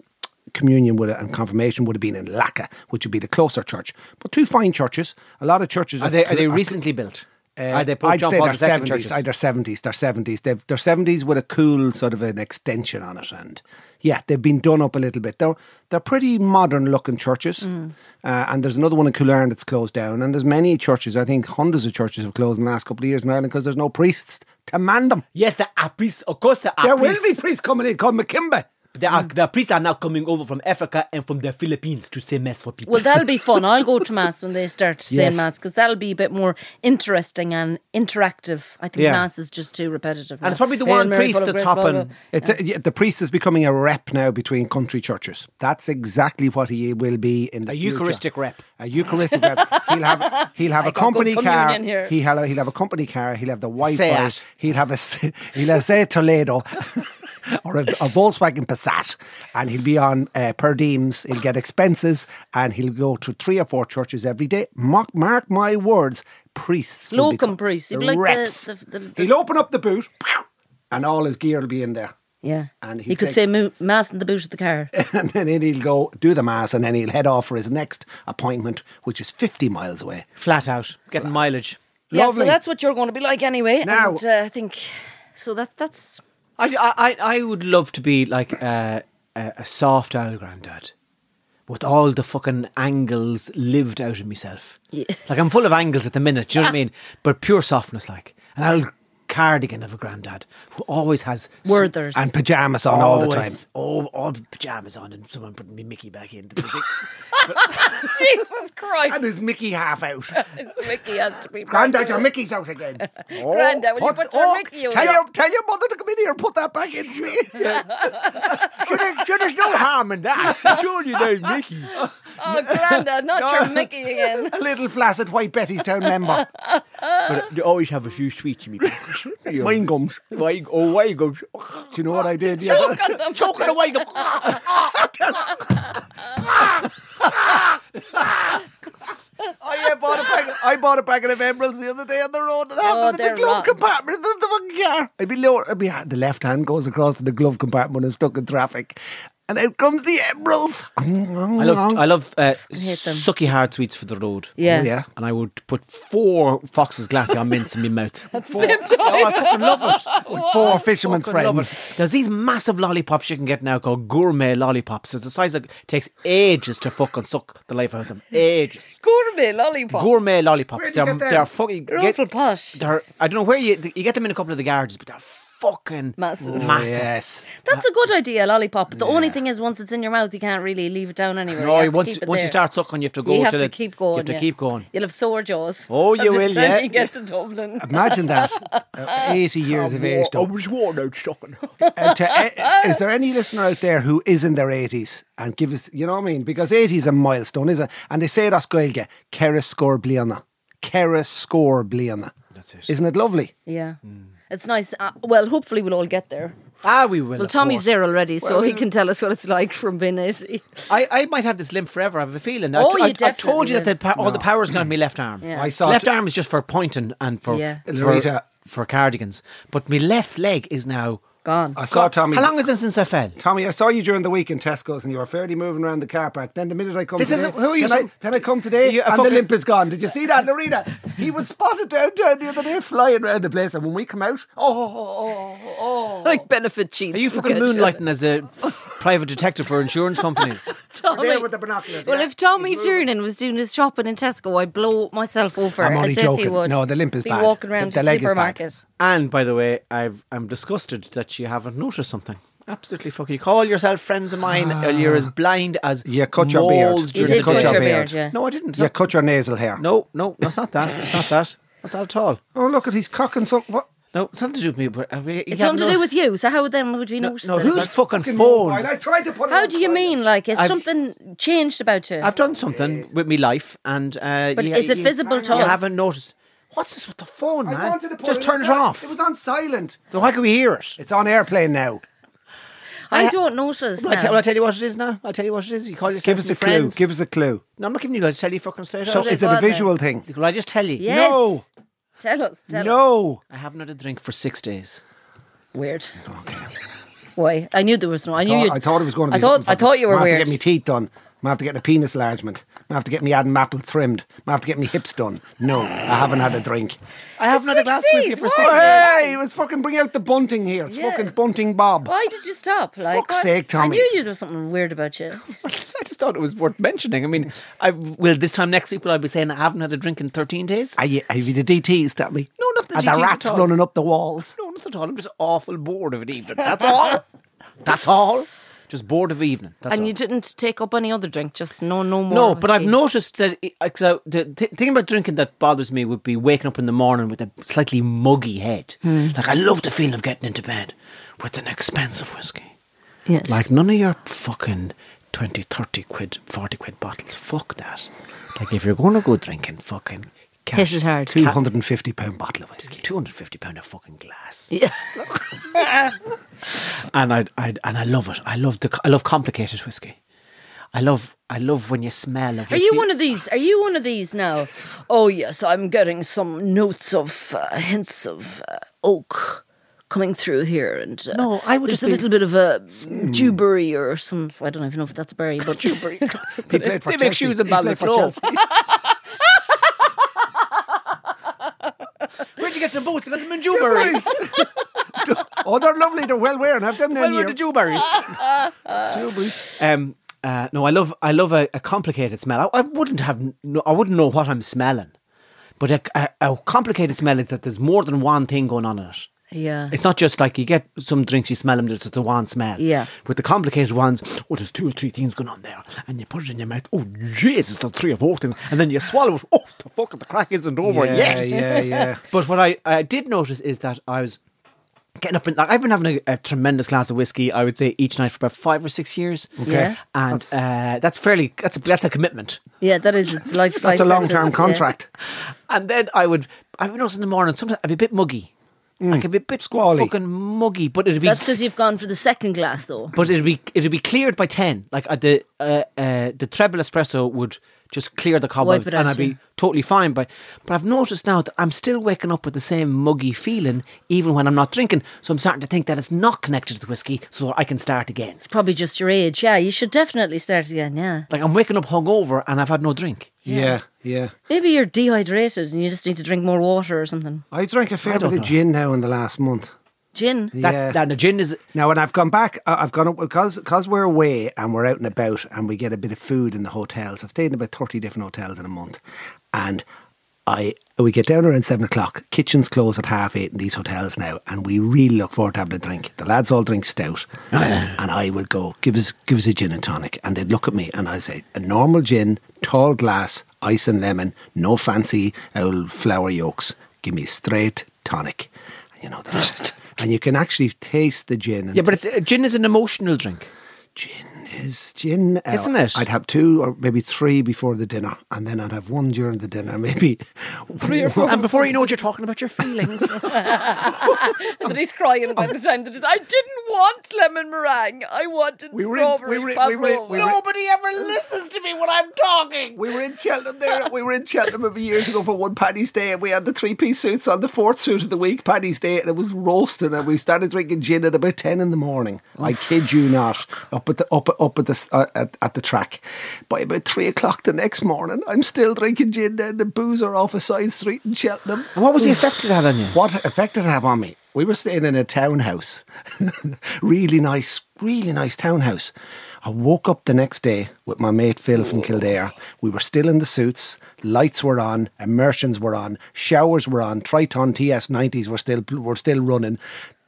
Speaker 3: Communion would have, and confirmation would have been in Lacca, which would be the closer church. But two fine churches. A lot of churches
Speaker 1: Are they
Speaker 3: cl-
Speaker 1: are they recently built? are they Pope
Speaker 3: Uh, I'd
Speaker 1: John
Speaker 3: say
Speaker 1: Paul
Speaker 3: they're
Speaker 1: II
Speaker 3: seventies.
Speaker 1: churches?
Speaker 3: They're seventies. They're seventies. They've they're seventies with a cool sort of an extension on it, and yeah, they've been done up a little bit. They're they're pretty modern looking churches,
Speaker 1: Mm.
Speaker 3: uh, and there's another one in Coulern that's closed down, and there's many churches. I think hundreds of churches have closed in the last couple of years in Ireland because there's no priests to man them.
Speaker 1: Yes, the are priests. Of course, there are
Speaker 3: there
Speaker 1: Ah, priests.
Speaker 3: will be priests coming in called Makimba.
Speaker 1: There are, the priests are now coming over from Africa and from the Philippines to say mass for people.
Speaker 2: well, that'll be fun. I'll go to mass when they start saying
Speaker 3: Yes.
Speaker 2: mass because that'll be a bit more interesting and interactive. I think
Speaker 1: Yeah.
Speaker 2: mass is just too repetitive. now.
Speaker 1: and it's probably the
Speaker 2: Hail
Speaker 1: one
Speaker 2: Mary,
Speaker 1: priest
Speaker 2: full of
Speaker 1: that's
Speaker 2: grace, blah, blah,
Speaker 1: hopping.
Speaker 2: blah.
Speaker 3: It's yeah, the priest is becoming a rep now between country churches. That's exactly what he will be in the
Speaker 1: A
Speaker 3: future.
Speaker 1: Eucharistic rep.
Speaker 3: A Eucharistic rep. He'll have he'll have a
Speaker 2: got good
Speaker 3: company car.
Speaker 2: communion here.
Speaker 3: He'll have, he'll have a company car. He'll have the white
Speaker 1: Seat.
Speaker 3: bars. He'll have a se- he'll have a Seat Toledo. or a, a Volkswagen Passat, and he'll be on uh, per diems. He'll get expenses, and he'll go to three or four churches every day. Mark, mark my words, priests. will
Speaker 2: Locum
Speaker 3: become
Speaker 2: priests. He'd
Speaker 3: the
Speaker 2: be like the-
Speaker 3: reps.
Speaker 2: the- the- the-
Speaker 3: He'll open up the boot, and all his gear will be in there.
Speaker 2: Yeah.
Speaker 3: And
Speaker 2: And
Speaker 3: he
Speaker 2: he, could
Speaker 3: takes-
Speaker 2: say mo- mass in the boot of the car.
Speaker 3: and then he'll go do the mass, and then he'll head off for his next appointment, which is 50 miles away.
Speaker 1: Flat out. Getting mileage.
Speaker 2: Yeah,
Speaker 3: Lovely.
Speaker 2: so that's what you're going to be like anyway.
Speaker 3: Now-
Speaker 2: and, uh, I think so. That that's
Speaker 1: I, I, I- I would love to be like a, a, a soft owl granddad with all the fucking angles lived out of myself. Like I'm full of angles at the minute, do you know what I mean? But pure softness, like. And I'll cardigan of a granddad who always has
Speaker 2: Werther's.
Speaker 3: and pajamas on all the time.
Speaker 1: Oh, all pajamas on, and someone putting me Mickey back in.
Speaker 2: Jesus Christ.
Speaker 3: And is Mickey half out?
Speaker 2: It's Mickey has to be.
Speaker 3: Grandad, your Mickey's out again. Oh,
Speaker 2: Grandad, will you put your
Speaker 3: oh,
Speaker 2: Mickey out?
Speaker 3: tell your, tell your mother to come in here and put that back in for me. sure, there- sure, there's no harm in that. Surely there's Mickey.
Speaker 2: Oh, Grandad, not your Mickey again.
Speaker 3: A little flaccid White Betty's Town member.
Speaker 1: but you always have a few sweets in me.
Speaker 3: Wine gums.
Speaker 1: Why, oh, why go?
Speaker 3: Do you know what I did? Yeah.
Speaker 1: Choking away the.
Speaker 3: Oh, yeah, I bought a pack. I bought a packet of emeralds the other day on the road and had
Speaker 2: Oh,
Speaker 3: them in
Speaker 2: they're
Speaker 3: the glove
Speaker 2: rotten.
Speaker 3: compartment of the fucking car. I'd be lower. I'd be the left hand goes across to the glove compartment and stuck in traffic, and out comes the emeralds. I
Speaker 1: I love, I love uh,
Speaker 2: hate them.
Speaker 1: sucky hard sweets for the road.
Speaker 2: Yeah.
Speaker 3: yeah.
Speaker 1: And I would put four Fox's glassy on mints in my mouth.
Speaker 2: Same time.
Speaker 1: Oh, I fucking love it.
Speaker 3: with four fishermen's
Speaker 1: Fucking love
Speaker 3: friends.
Speaker 1: it. There's these massive lollipops you can get now called gourmet lollipops. It's the size of takes ages to fucking suck the life out of them. Ages.
Speaker 2: Gourmet lollipop.
Speaker 1: Gourmet lollipops.
Speaker 3: Where'd you
Speaker 1: they're,
Speaker 3: get them?
Speaker 1: they're fucking.
Speaker 2: They're
Speaker 1: get-
Speaker 2: awful posh.
Speaker 1: They're, I don't know where you you get them in a couple of the garages, but they're fucking
Speaker 2: Massive. Oh,
Speaker 1: Massive.
Speaker 3: Yes.
Speaker 2: That's a good idea, lollipop. The only thing is, once it's in your mouth, you can't really leave it down anywhere.
Speaker 1: No,
Speaker 2: you have to
Speaker 1: once
Speaker 2: keep it
Speaker 1: once you
Speaker 2: there.
Speaker 1: start sucking, you have to go
Speaker 2: you have
Speaker 1: to
Speaker 2: to,
Speaker 1: the.
Speaker 2: keep going.
Speaker 1: You have to
Speaker 2: yeah.
Speaker 1: keep going.
Speaker 2: You'll have sore jaws.
Speaker 1: Oh,
Speaker 2: by
Speaker 1: you
Speaker 2: the
Speaker 1: will,
Speaker 2: time
Speaker 1: yeah.
Speaker 2: You get to Dublin.
Speaker 3: Imagine that. Uh, 80 years
Speaker 1: Oh,
Speaker 3: of age, though.
Speaker 1: was worn out sucking.
Speaker 3: And to, eh, is there any listener out there who is in their 80s and give us, you know what I mean? Because 80 is a milestone, is it? And they say it Gaelge, Keris score bliana. Keris score bliana. That's
Speaker 1: it.
Speaker 3: Isn't it lovely?
Speaker 2: Yeah.
Speaker 1: Mm.
Speaker 2: It's nice. Uh, well, hopefully we'll all get there.
Speaker 1: Ah, we will.
Speaker 2: Well,
Speaker 1: of
Speaker 2: Tommy's
Speaker 1: course.
Speaker 2: there already, so he can tell us what it's like from being 80.
Speaker 1: I, I might have this limp forever. I have a feeling.
Speaker 2: Oh,
Speaker 1: I,
Speaker 2: you
Speaker 1: I, I told
Speaker 2: definitely
Speaker 1: you that the, pa- all the power's gone out of my left arm.
Speaker 2: Yeah.
Speaker 3: I saw
Speaker 1: left
Speaker 3: t-
Speaker 1: arm is just for pointing and for
Speaker 2: Yeah.
Speaker 3: Loretta.
Speaker 1: for, for cardigans, but my left leg is now.
Speaker 2: Gone.
Speaker 3: I saw Tommy.
Speaker 1: How long is it since I fell?
Speaker 3: Tommy, I saw you during the week in Tesco's and you were fairly moving around the car park. Then the minute I come
Speaker 1: This
Speaker 3: today,
Speaker 1: isn't- who are you
Speaker 3: then, I,
Speaker 1: so-
Speaker 3: then I come today
Speaker 1: You- I
Speaker 3: and the
Speaker 1: fucking-
Speaker 3: limp is gone. Did you see that, Lorena? He was spotted downtown the other day flying around the place and when we come out, oh, oh, oh, oh.
Speaker 2: like benefit cheats.
Speaker 1: Are you fucking moonlighting as a private detective for insurance companies?
Speaker 2: Tommy.
Speaker 3: there with the binoculars,
Speaker 2: Well,
Speaker 3: yeah.
Speaker 2: if Tommy
Speaker 3: He's moving.
Speaker 2: Tiernan was doing his shopping in Tesco, I'd blow myself over.
Speaker 3: I'm only
Speaker 2: as If he
Speaker 3: joking.
Speaker 2: would
Speaker 3: No, the limp is
Speaker 2: be
Speaker 3: bad.
Speaker 2: walking
Speaker 3: The-
Speaker 2: around
Speaker 3: the leg is bad.
Speaker 2: supermarket.
Speaker 1: and by the way, I've, I'm disgusted that you haven't noticed something. Absolutely fucking. You call yourself friends of mine, and you're as blind as
Speaker 3: Ah. You cut your beard.
Speaker 1: moles during
Speaker 3: You did
Speaker 1: the
Speaker 3: cut
Speaker 1: day.
Speaker 3: your beard,
Speaker 2: yeah.
Speaker 1: No, I didn't.
Speaker 3: You cut your nasal hair.
Speaker 1: No, no, no, it's not that. It's not that. Not that at all.
Speaker 3: Oh, look at he's cocking something. What?
Speaker 1: No, it's nothing to do with me. But uh, we- you
Speaker 2: It's
Speaker 1: have
Speaker 2: something
Speaker 1: no-
Speaker 2: to do with you. So how then would we
Speaker 1: No,
Speaker 2: notice
Speaker 1: no
Speaker 2: it?
Speaker 1: whose fucking
Speaker 3: Well,
Speaker 1: phone?
Speaker 3: I tried to put it
Speaker 2: How do you
Speaker 3: outside.
Speaker 2: mean? Like, is
Speaker 1: I've-
Speaker 2: something changed about you?
Speaker 1: I've done something with me life, and uh,
Speaker 2: But
Speaker 1: you-
Speaker 2: is it
Speaker 1: you-
Speaker 2: visible to
Speaker 1: You
Speaker 2: us?
Speaker 1: haven't noticed. What's this with the phone,
Speaker 3: I
Speaker 1: man?
Speaker 3: wanted to put
Speaker 1: Just
Speaker 3: it
Speaker 1: turn it
Speaker 3: outside.
Speaker 1: off.
Speaker 3: It was on silent.
Speaker 1: So Why can we hear it?
Speaker 3: It's on airplane now.
Speaker 2: I don't notice.
Speaker 1: Well, I
Speaker 2: now.
Speaker 1: te- well, I'll tell you what it is now. I'll tell you what it is. You call yourself
Speaker 3: Give us
Speaker 1: your
Speaker 3: a clue.
Speaker 1: friends.
Speaker 3: Give us a clue.
Speaker 1: No, I'm not giving you guys. Tell you fucking straight
Speaker 3: So
Speaker 1: out.
Speaker 3: is it
Speaker 2: go
Speaker 3: a
Speaker 2: on then.
Speaker 3: visual thing?
Speaker 1: Will I just tell you?
Speaker 2: yes.
Speaker 3: No.
Speaker 2: Tell us. Tell us.
Speaker 3: No.
Speaker 1: I haven't had a drink for six days.
Speaker 2: Weird. Why? I knew there was no. I knew
Speaker 3: Oh,
Speaker 2: you.
Speaker 3: I thought it was going to be.
Speaker 2: I thought.
Speaker 3: something
Speaker 2: I thought you were
Speaker 3: fucking-
Speaker 2: weird.
Speaker 3: I'm gonna have to get my teeth done. I have to get a penis enlargement. I have to get me Adam Apple trimmed. I have to get me hips done. No, I haven't had a drink.
Speaker 1: I haven't had a
Speaker 2: six
Speaker 1: glass of whiskey
Speaker 2: days,
Speaker 1: for
Speaker 2: what?
Speaker 1: six
Speaker 3: Oh,
Speaker 1: days.
Speaker 3: hey, it was fucking bring out the bunting here. It's
Speaker 2: Yeah.
Speaker 3: fucking bunting Bob.
Speaker 2: Why did you stop? Like,
Speaker 3: Fuck's
Speaker 2: what?
Speaker 3: sake,
Speaker 2: I
Speaker 3: Tommy.
Speaker 2: knew you there was something weird about you.
Speaker 1: I just thought it was worth mentioning. I mean, I will this time next week. Will I be saying I haven't had a drink in 13 days?
Speaker 3: Are you, are you the DTs at me?
Speaker 1: No, not the
Speaker 3: Are
Speaker 1: DTs
Speaker 3: the
Speaker 1: at
Speaker 3: rats
Speaker 1: all.
Speaker 3: running up the walls?
Speaker 1: No, not at all. I'm just awful bored of an evening. That's all. That's all. Just bored of evening. That's
Speaker 2: and
Speaker 1: all.
Speaker 2: you didn't take up any other drink. Just no, no more.
Speaker 1: no, but I've
Speaker 2: whiskey.
Speaker 1: noticed that it, like, so the th- thing about drinking that bothers me would be waking up in the morning with a slightly muggy head.
Speaker 2: Hmm.
Speaker 1: Like I love the feeling of getting into bed with an expensive whiskey.
Speaker 2: Yes.
Speaker 1: Like none of your fucking 20, 30 quid, 40 quid bottles. Fuck that. Like if you're going to go drinking, fucking cash.
Speaker 2: Hit it hard.
Speaker 3: Two hundred and fifty pound bottle of whiskey.
Speaker 1: 250 pound a fucking glass.
Speaker 2: Yeah.
Speaker 1: and I, I and I love it. I love the I love complicated whiskey. I love I love when you smell of.
Speaker 2: Are you one of these? Are you one of these now? Oh yes, I'm getting some notes of uh, hints of uh, oak coming through here, and uh,
Speaker 1: No, I would
Speaker 2: There's
Speaker 1: just
Speaker 2: a
Speaker 1: be- hmm.
Speaker 2: little bit of a dewberry or some. I don't even know if that's a berry, but dewberry.
Speaker 3: He played for
Speaker 1: They make
Speaker 3: Chelsea.
Speaker 1: shoes and
Speaker 3: He played
Speaker 1: balance
Speaker 3: for
Speaker 1: clothes.
Speaker 3: Chelsea.
Speaker 1: Where'd you get the boat? You got them in Dewberries.
Speaker 3: Oh, they're lovely. They're well wearing. Have them
Speaker 1: well,
Speaker 3: down
Speaker 1: were the Dewberries? um, uh, no, I love I love a, a complicated smell. I, I wouldn't have no, I wouldn't know what I'm smelling. But a, a, a complicated smell is that there's more than one thing going on in it.
Speaker 2: Yeah.
Speaker 1: It's not just like you get some drinks, you smell them, there's just the one smell.
Speaker 2: Yeah.
Speaker 1: With the complicated ones, oh, there's two or three things going on there. And you put it in your mouth, oh, Jesus, there's three or four things. And then you swallow it, oh, the fuck, the crack isn't over
Speaker 3: yeah,
Speaker 1: yet.
Speaker 3: yeah, yeah.
Speaker 1: But what I, I did notice is that I was getting up and like, I've been having a, a tremendous glass of whiskey. I would say each night for about five or six years.
Speaker 3: Okay.
Speaker 2: Yeah.
Speaker 1: and uh, that's fairly that's a, that's a commitment.
Speaker 2: Yeah, that is it's life.
Speaker 3: That's a long term contract.
Speaker 1: And then I would I would notice in the morning sometimes I'd be a bit muggy, like I'd be a bit
Speaker 3: Squally.
Speaker 1: fucking muggy. But it'd be
Speaker 2: That's because you've gone for the second glass, though.
Speaker 1: but it'd be it'd be cleared by ten. Like uh, the uh, uh, the treble espresso would just clear the cobwebs,
Speaker 2: it
Speaker 1: and
Speaker 2: out,
Speaker 1: I'd
Speaker 2: yeah.
Speaker 1: be totally fine. But but I've noticed now that I'm still waking up with the same muggy feeling, even when I'm not drinking. So I'm starting to think that it's not connected to the whiskey, so that I can start again.
Speaker 2: It's probably just your age. Yeah, you should definitely start again. Yeah.
Speaker 1: Like I'm waking up hungover and I've had no drink.
Speaker 3: Yeah, yeah.
Speaker 2: Maybe you're dehydrated and you just need to drink more water or something.
Speaker 3: I drank a fair bit
Speaker 1: don't
Speaker 3: of
Speaker 1: know.
Speaker 3: gin now in the last month.
Speaker 2: Gin.
Speaker 1: That,
Speaker 3: Yeah.
Speaker 1: that the gin is
Speaker 3: Now, when I've gone back, uh, I've gone up because because we're away and we're out and about and we get a bit of food in the hotels. I've stayed in about thirty different hotels in a month, and I we get down around seven o'clock. Kitchens close at half eight in these hotels now, and we really look forward to having a drink. The lads all drink stout, and I would go give us give us a gin and tonic, and they'd look at me and I would say a normal gin, tall glass, ice and lemon, no fancy old flower yolks. Give me straight tonic, and you know that. And you can actually taste the gin. And
Speaker 1: yeah, but it's, uh, gin is an emotional drink.
Speaker 3: gin is gin, uh,
Speaker 1: Isn't it?
Speaker 3: I'd have two or maybe three before the dinner, and then I'd have one during the dinner, maybe.
Speaker 1: Three or four. and before you know it, you're talking about your feelings.
Speaker 4: and then he's crying
Speaker 3: Oh.
Speaker 4: by the time that it's, I didn't want lemon meringue. I wanted
Speaker 3: We were in- we
Speaker 4: strawberry
Speaker 3: were- we
Speaker 4: bubblegum."
Speaker 3: were- we were-
Speaker 4: Nobody ever listens to me when I'm talking.
Speaker 3: We were in Cheltenham there. We were in Cheltenham a few years ago for one Paddy's Day, and we had the three piece suits on the fourth suit of the week, Paddy's Day, and it was roasting. And we started drinking gin at about ten in the morning. I kid you not. Up at the up up at the uh, at, at the track, by about three o'clock the next morning, I'm still drinking gin down the boozer off a side street in Cheltenham.
Speaker 1: and what was the effect of that on you?
Speaker 3: What effect did it have on me? We were staying in a townhouse, really nice, really nice townhouse. I woke up the next day with my mate Phil from Kildare. We were still in the suits, lights were on, immersions were on, showers were on, Triton TS90s were still were still running.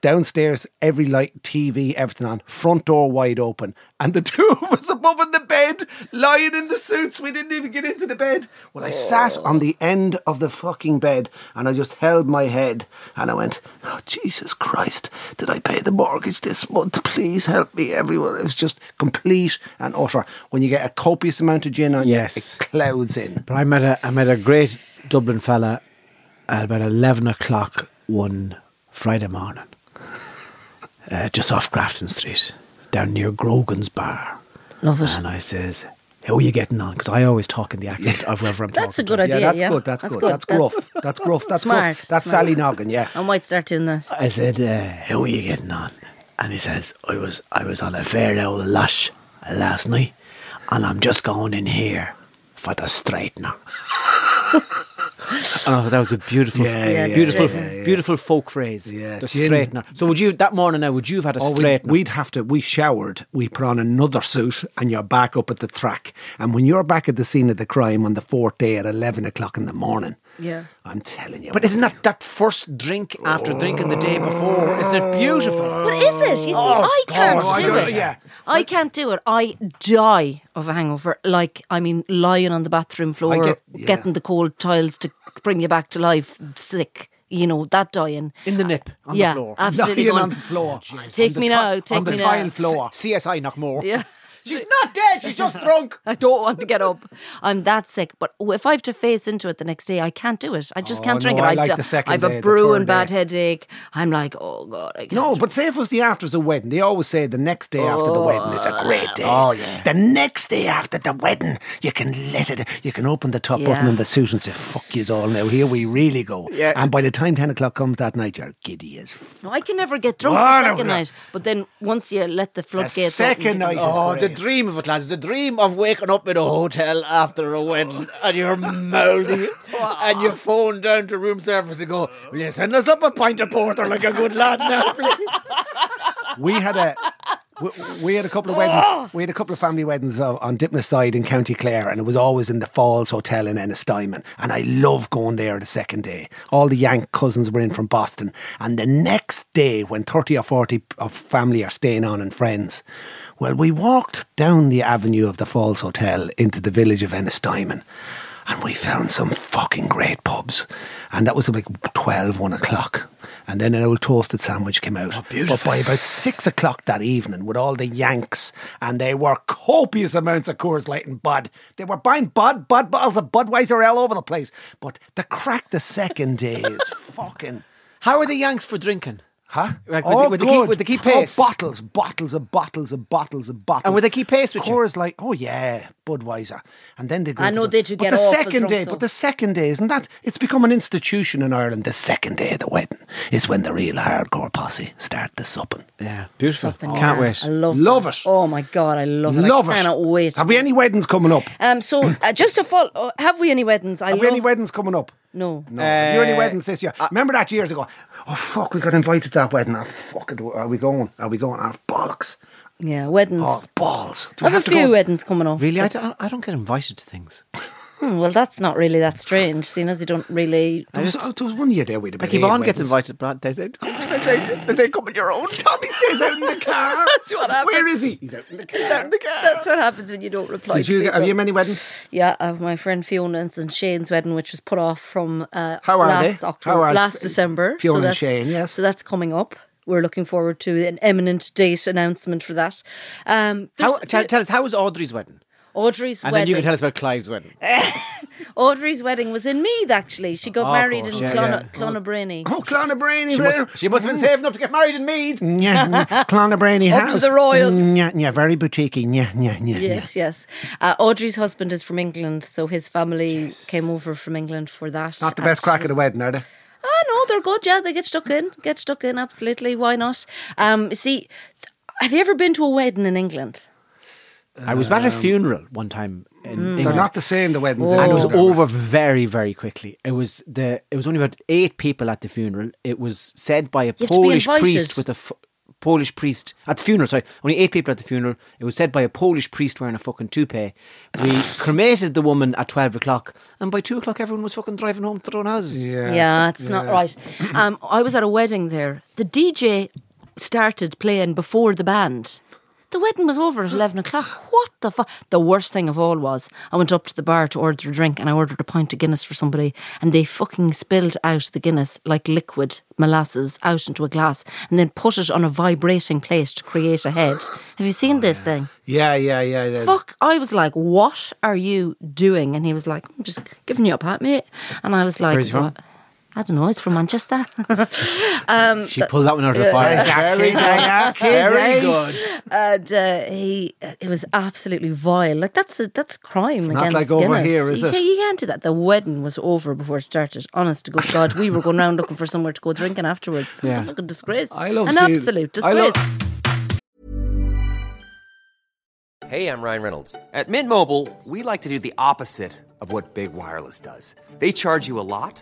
Speaker 3: Downstairs, every light, TV, everything on, front door wide open. And the two of us above in the bed, lying in the suits. We didn't even get into the bed. Well, I sat on the end of the fucking bed and I just held my head and I went, Oh, Jesus Christ, did I pay the mortgage this month? Please help me, everyone. It was just complete and utter. When you get a copious amount of gin on
Speaker 1: Yes.
Speaker 3: you, it clouds in.
Speaker 1: But I met a I met a great Dublin fella at about eleven o'clock one Friday morning, uh, just off Grafton Street, down near Grogan's Bar.
Speaker 2: Love it.
Speaker 1: And I says, "How are you getting on?" Because I always talk in the accent of wherever I'm
Speaker 2: That's a
Speaker 1: talking.
Speaker 2: good idea.
Speaker 3: yeah, that's
Speaker 2: yeah.
Speaker 3: good. That's, good. That's gruff. That's gruff. That's
Speaker 2: Smart,
Speaker 3: gruff. That's
Speaker 2: smart.
Speaker 3: Sally Noggin, yeah.
Speaker 2: I might start doing that.
Speaker 1: I said, uh, "How are you getting on?" And he says, "I was I was on a fair old lush last night, and I'm just going in here for the straightener." oh, that was a beautiful,
Speaker 3: Yeah, Yeah, yeah,
Speaker 1: beautiful,
Speaker 2: straightener.
Speaker 3: yeah, yeah.
Speaker 1: beautiful folk phrase.
Speaker 3: Yeah,
Speaker 1: the
Speaker 3: gin.
Speaker 1: straightener. So would you that morning now? Would you have had a
Speaker 3: Oh, we'd,
Speaker 1: straightener?
Speaker 3: we'd have to. We showered. We put on another suit, and you're back up at the track. And when you're back at the scene of the crime on the fourth day at eleven o'clock in the morning,
Speaker 2: Yeah.
Speaker 3: I'm telling you.
Speaker 1: but isn't that that first drink after drinking the day before? Isn't it beautiful?
Speaker 2: But is it? You see, I can't
Speaker 3: God, Oh, I
Speaker 2: do
Speaker 3: don't-
Speaker 2: it.
Speaker 3: yeah.
Speaker 2: I can't do it. I die of a hangover. Like, I mean, lying on the bathroom floor,
Speaker 3: get- yeah.
Speaker 2: getting the cold tiles to bring you back to life, sick. You know, that dying.
Speaker 1: In the nip, on
Speaker 2: yeah,
Speaker 1: the floor.
Speaker 2: absolutely.
Speaker 3: lying
Speaker 2: going,
Speaker 3: on the floor.
Speaker 2: Take
Speaker 3: On the
Speaker 2: me
Speaker 3: ti-
Speaker 2: now, take
Speaker 3: on the
Speaker 2: me now.
Speaker 3: tile floor.
Speaker 1: CSI Knockmore.
Speaker 2: Yeah.
Speaker 1: She's not dead. She's just drunk.
Speaker 2: I don't want to get up. I'm that sick. But oh, if I have to face into it the next day, I can't do it. I just
Speaker 3: Oh,
Speaker 2: can't drink
Speaker 3: no,
Speaker 2: it.
Speaker 3: I
Speaker 2: I,
Speaker 3: like
Speaker 2: d-
Speaker 3: the second
Speaker 2: I have
Speaker 3: day,
Speaker 2: a
Speaker 3: the
Speaker 2: brew
Speaker 3: third
Speaker 2: and bad
Speaker 3: day.
Speaker 2: headache. I'm like, oh God, I can't.
Speaker 3: No, but say if it was the afters of wedding, they always say the next day after the wedding is a great day. Oh yeah. The next day after the wedding, you can let it. You can open the top button
Speaker 2: Yeah.
Speaker 3: on the suit and say, "Fuck yous all now." Here we really go. Yeah. And by the time ten o'clock comes that night, you're giddy as. F-
Speaker 2: No, I can never get drunk
Speaker 3: Why
Speaker 2: the
Speaker 3: don't
Speaker 2: second
Speaker 3: you?
Speaker 2: night. But then once you let the floodgates open,
Speaker 3: second
Speaker 2: you can-
Speaker 3: night.
Speaker 1: Oh, the
Speaker 3: It's great.
Speaker 1: dream of it, lads. The dream of waking up in a hotel after a wedding and you're mouldy and you phone down to room service and go, Will you send us up a pint of porter like a good lad now, please?
Speaker 3: we had a we, we had a couple of weddings. We had a couple of family weddings o- on Dipness side in County Clare, and it was always in the Falls Hotel in Ennistimon. And I love going there the second day. All the Yank cousins were in from Boston, and the next day, when thirty or forty p- of family are staying on and friends, well, we walked down the avenue of the Falls Hotel into the village of Ennistimon. And we found some fucking great pubs. And that was like 12, 1 o'clock. And then an old toasted sandwich came out. But by about 6 o'clock that evening, with all the Yanks, and they were copious amounts of Coors Light and Bud. They were buying Bud, Bud bottles of Budweiser all over the place. But the crack the second day is fucking.
Speaker 1: How are the Yanks for drinking?
Speaker 3: Huh?
Speaker 1: Like, would they- would they keep- would they keep pace?
Speaker 3: Oh, bottles, bottles of bottles of bottles of bottles.
Speaker 1: would they keep pace with you?
Speaker 3: Coors like, oh yeah, Budweiser, and then they. Go
Speaker 2: I
Speaker 3: to
Speaker 2: know
Speaker 3: the,
Speaker 2: they do
Speaker 3: But
Speaker 2: get
Speaker 3: the
Speaker 2: awful
Speaker 3: second
Speaker 2: drunk,
Speaker 3: day,
Speaker 2: though.
Speaker 3: but the second day isn't that? It's become an institution in Ireland. The second day of the wedding is when the real hardcore posse start the supping.
Speaker 1: Yeah, beautiful.
Speaker 2: Something,
Speaker 1: Can't
Speaker 2: yeah.
Speaker 1: wait.
Speaker 2: I love
Speaker 3: Love
Speaker 2: that.
Speaker 3: it.
Speaker 2: Oh my god, I love it.
Speaker 3: Love
Speaker 2: I
Speaker 3: it.
Speaker 2: cannot wait.
Speaker 3: Have we any weddings coming up? Have
Speaker 2: Um. So uh, just to follow, uh, have we any weddings? I
Speaker 3: we any
Speaker 2: love-
Speaker 3: weddings coming up?
Speaker 2: No.
Speaker 3: No. Have you any
Speaker 1: Uh,
Speaker 3: weddings this year? Remember that years ago? Oh fuck, we got invited to that wedding. Oh fuck, it, are we going? Are we going? Oh bollocks!
Speaker 2: Yeah, weddings.
Speaker 3: Oh balls! Do
Speaker 2: I
Speaker 3: we
Speaker 2: have a
Speaker 3: to go?
Speaker 2: few weddings coming up.
Speaker 1: Really, I don't, I don't get invited to things.
Speaker 2: Hmm, well, that's not really that strange, seeing as you don't really.
Speaker 3: There was, there was one year there we'd have
Speaker 1: Like
Speaker 3: been eight
Speaker 1: Yvonne gets
Speaker 3: weddings.
Speaker 1: invited, but they said, they say, they say, come on your own.
Speaker 3: Tommy stays out in the car.
Speaker 4: That's what happened.
Speaker 3: Where is he? He's out in the car.
Speaker 2: That's what happens when you don't reply.
Speaker 3: Did
Speaker 2: to
Speaker 3: you
Speaker 2: people.
Speaker 3: have you many weddings?
Speaker 2: Yeah, I have my friend Fiona's and Shane's wedding, which was put off from uh,
Speaker 3: How are
Speaker 2: last
Speaker 3: they?
Speaker 2: October,
Speaker 3: How are
Speaker 2: last
Speaker 3: F-
Speaker 2: December.
Speaker 3: Fiona and
Speaker 2: that's-
Speaker 3: Shane, yes.
Speaker 2: So that's coming up. We're looking forward to an imminent date announcement for that. Um,
Speaker 1: How,
Speaker 2: there's-
Speaker 1: tell, tell us, how was Audrey's wedding?
Speaker 2: Audrey's
Speaker 1: And then you
Speaker 2: wedding.
Speaker 1: can tell us about Clive's wedding.
Speaker 2: Audrey's wedding was in Meath, actually. She got
Speaker 1: of
Speaker 2: married
Speaker 1: course,
Speaker 2: in
Speaker 1: yeah,
Speaker 2: Clona Clonabrainy.
Speaker 3: Oh, Clonabrainy.
Speaker 1: She must, she must have been saving up to get married in Meath.
Speaker 3: Yeah, Clonabrainy
Speaker 2: Up to
Speaker 3: house.
Speaker 2: the royals.
Speaker 3: Mm, Yeah, yeah, very boutiquey. Yeah, yeah, yeah. yeah.
Speaker 2: Yes, yes. Uh, Audrey's husband is from England, so his family came over from England for that.
Speaker 3: Not the best
Speaker 2: and she
Speaker 3: crack of the
Speaker 2: was-
Speaker 3: wedding, are they?
Speaker 2: Ah, no, they're good. Yeah, they get stuck in. Get stuck in, absolutely. Why not? Um, see, th- have you ever been to a wedding in England?
Speaker 1: I was at a funeral one time in England.
Speaker 3: They're not the same. The weddings. in
Speaker 1: and it was
Speaker 3: England, are they?
Speaker 1: over very, very quickly. It was the. It was only about eight people at the funeral. It was said by a
Speaker 2: You have to be
Speaker 1: Polish
Speaker 2: invited.
Speaker 1: priest with a f- Polish priest at the funeral. Sorry, only eight people at the funeral. It was said by a Polish priest wearing a fucking toupee. We cremated the woman at twelve o'clock, and by two o'clock, everyone was fucking driving home to their own houses.
Speaker 3: Yeah.
Speaker 2: yeah, it's not right. Um, I was at a wedding there. The DJ started playing before the band. The wedding was over at 11 o'clock. What the fuck? The worst thing of all was I went up to the bar to order a drink and I ordered a pint of Guinness for somebody and they fucking spilled out the Guinness like liquid molasses out into a glass and then put it on a vibrating plate to create a head. Have you seen this thing?
Speaker 3: Oh, Yeah, yeah, yeah, yeah.
Speaker 2: fuck I was like what are you doing and he was like I'm just giving you a pat mate and I was like
Speaker 1: Where's he from?
Speaker 2: "What?" I don't know it's from Manchester Um,
Speaker 1: She pulled that one out of the fire.
Speaker 3: Exactly. Yeah, yeah,
Speaker 1: Very
Speaker 3: yeah.
Speaker 1: good.
Speaker 2: and uh, he it was absolutely vile like that's a, that's a crime
Speaker 3: not
Speaker 2: against
Speaker 3: like over
Speaker 2: Guinness.
Speaker 3: here, is
Speaker 2: you,
Speaker 3: it?
Speaker 2: can't- you can't do that the wedding was over before it started honest to good God we were going round looking for somewhere to go drinking afterwards it was a fucking disgrace
Speaker 3: I love
Speaker 2: an
Speaker 3: seeing-
Speaker 2: absolute
Speaker 3: I
Speaker 2: disgrace
Speaker 3: love-
Speaker 5: Hey, I'm Ryan Reynolds. At Mint Mobile, we like to do the opposite of what Big Wireless does. They charge you a lot,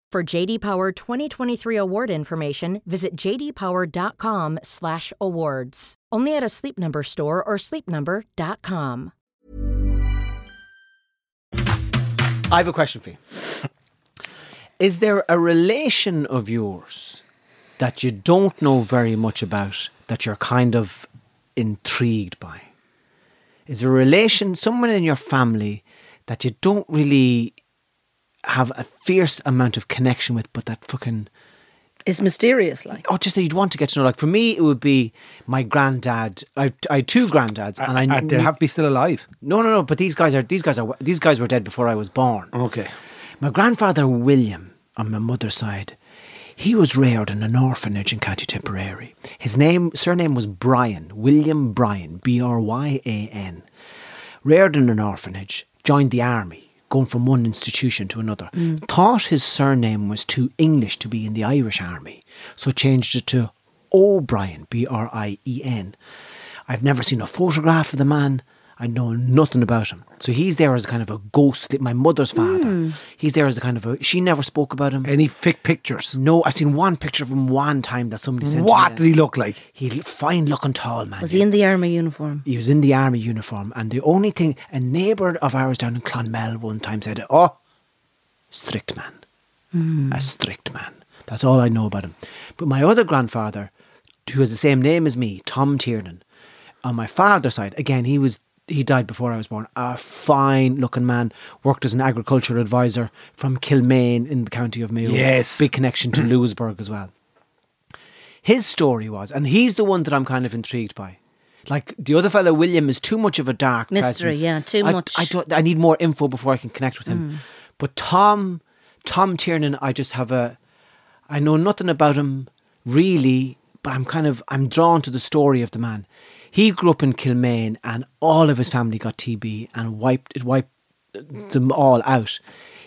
Speaker 6: For JD Power 2023 award information, visit jdpower.com/awards. Only at a Sleep Number store or sleepnumber.com.
Speaker 1: I have a question for you. Is there a relation of yours that you don't know very much about that you're kind of intrigued by? Is there a relation, someone in your family that you don't really have a fierce amount of connection with, but that fucking
Speaker 4: It's mysterious, like.
Speaker 1: or just that you'd want to get to know. Like for me, it would be my granddad. I, I had two granddads, and I,
Speaker 3: And Uh, they have to be still alive.
Speaker 1: no, no, no. But these guys are these guys are these guys were dead before I was born.
Speaker 3: Okay.
Speaker 1: My grandfather William, on my mother's side, he was reared in an orphanage in County Tipperary. His name surname was Bryan, William Bryan, B R Y A N. Reared in an orphanage, joined the army, going from one institution to another. Thought his surname was too English to be in the Irish army, so changed it to O'Brien, B R I E N. I've never seen a photograph of the man. I know nothing about him. So he's there as kind of a ghost, my mother's father.
Speaker 2: Hmm.
Speaker 1: He's there as a kind of a. She never spoke about him.
Speaker 3: Any fake pictures?
Speaker 1: No, I seen one picture of him one time that somebody sent.
Speaker 3: What
Speaker 1: to
Speaker 3: did
Speaker 1: me.
Speaker 3: he look like?
Speaker 1: He fine looking tall man.
Speaker 2: Was he in the army uniform?
Speaker 1: He was in the army uniform, and the only thing a neighbour of ours down in Clonmel one time said, "Oh, strict man, a strict man." That's all I know about him. But my other grandfather, who has the same name as me, Tom Tiernan, on my father's side, again he was he died before I was born. A fine looking man, worked as an agricultural advisor from Kilmaine in the county of Mayo.
Speaker 3: Yes.
Speaker 1: big connection to Lewisburg as well his story was, and he's the one that I'm kind of intrigued by. Like the other fellow, William is too much of a dark
Speaker 2: Mystery,
Speaker 1: presence.
Speaker 2: yeah, too
Speaker 1: I,
Speaker 2: much. Mm.
Speaker 1: I don't. I need more info before I can connect with him. But Tom, Tom Tiernan, I just have a. I know nothing about him really, but I'm kind of I'm drawn to the story of the man. He grew up in Kilmaine, and all of his family got TB, and wiped it wiped them all out.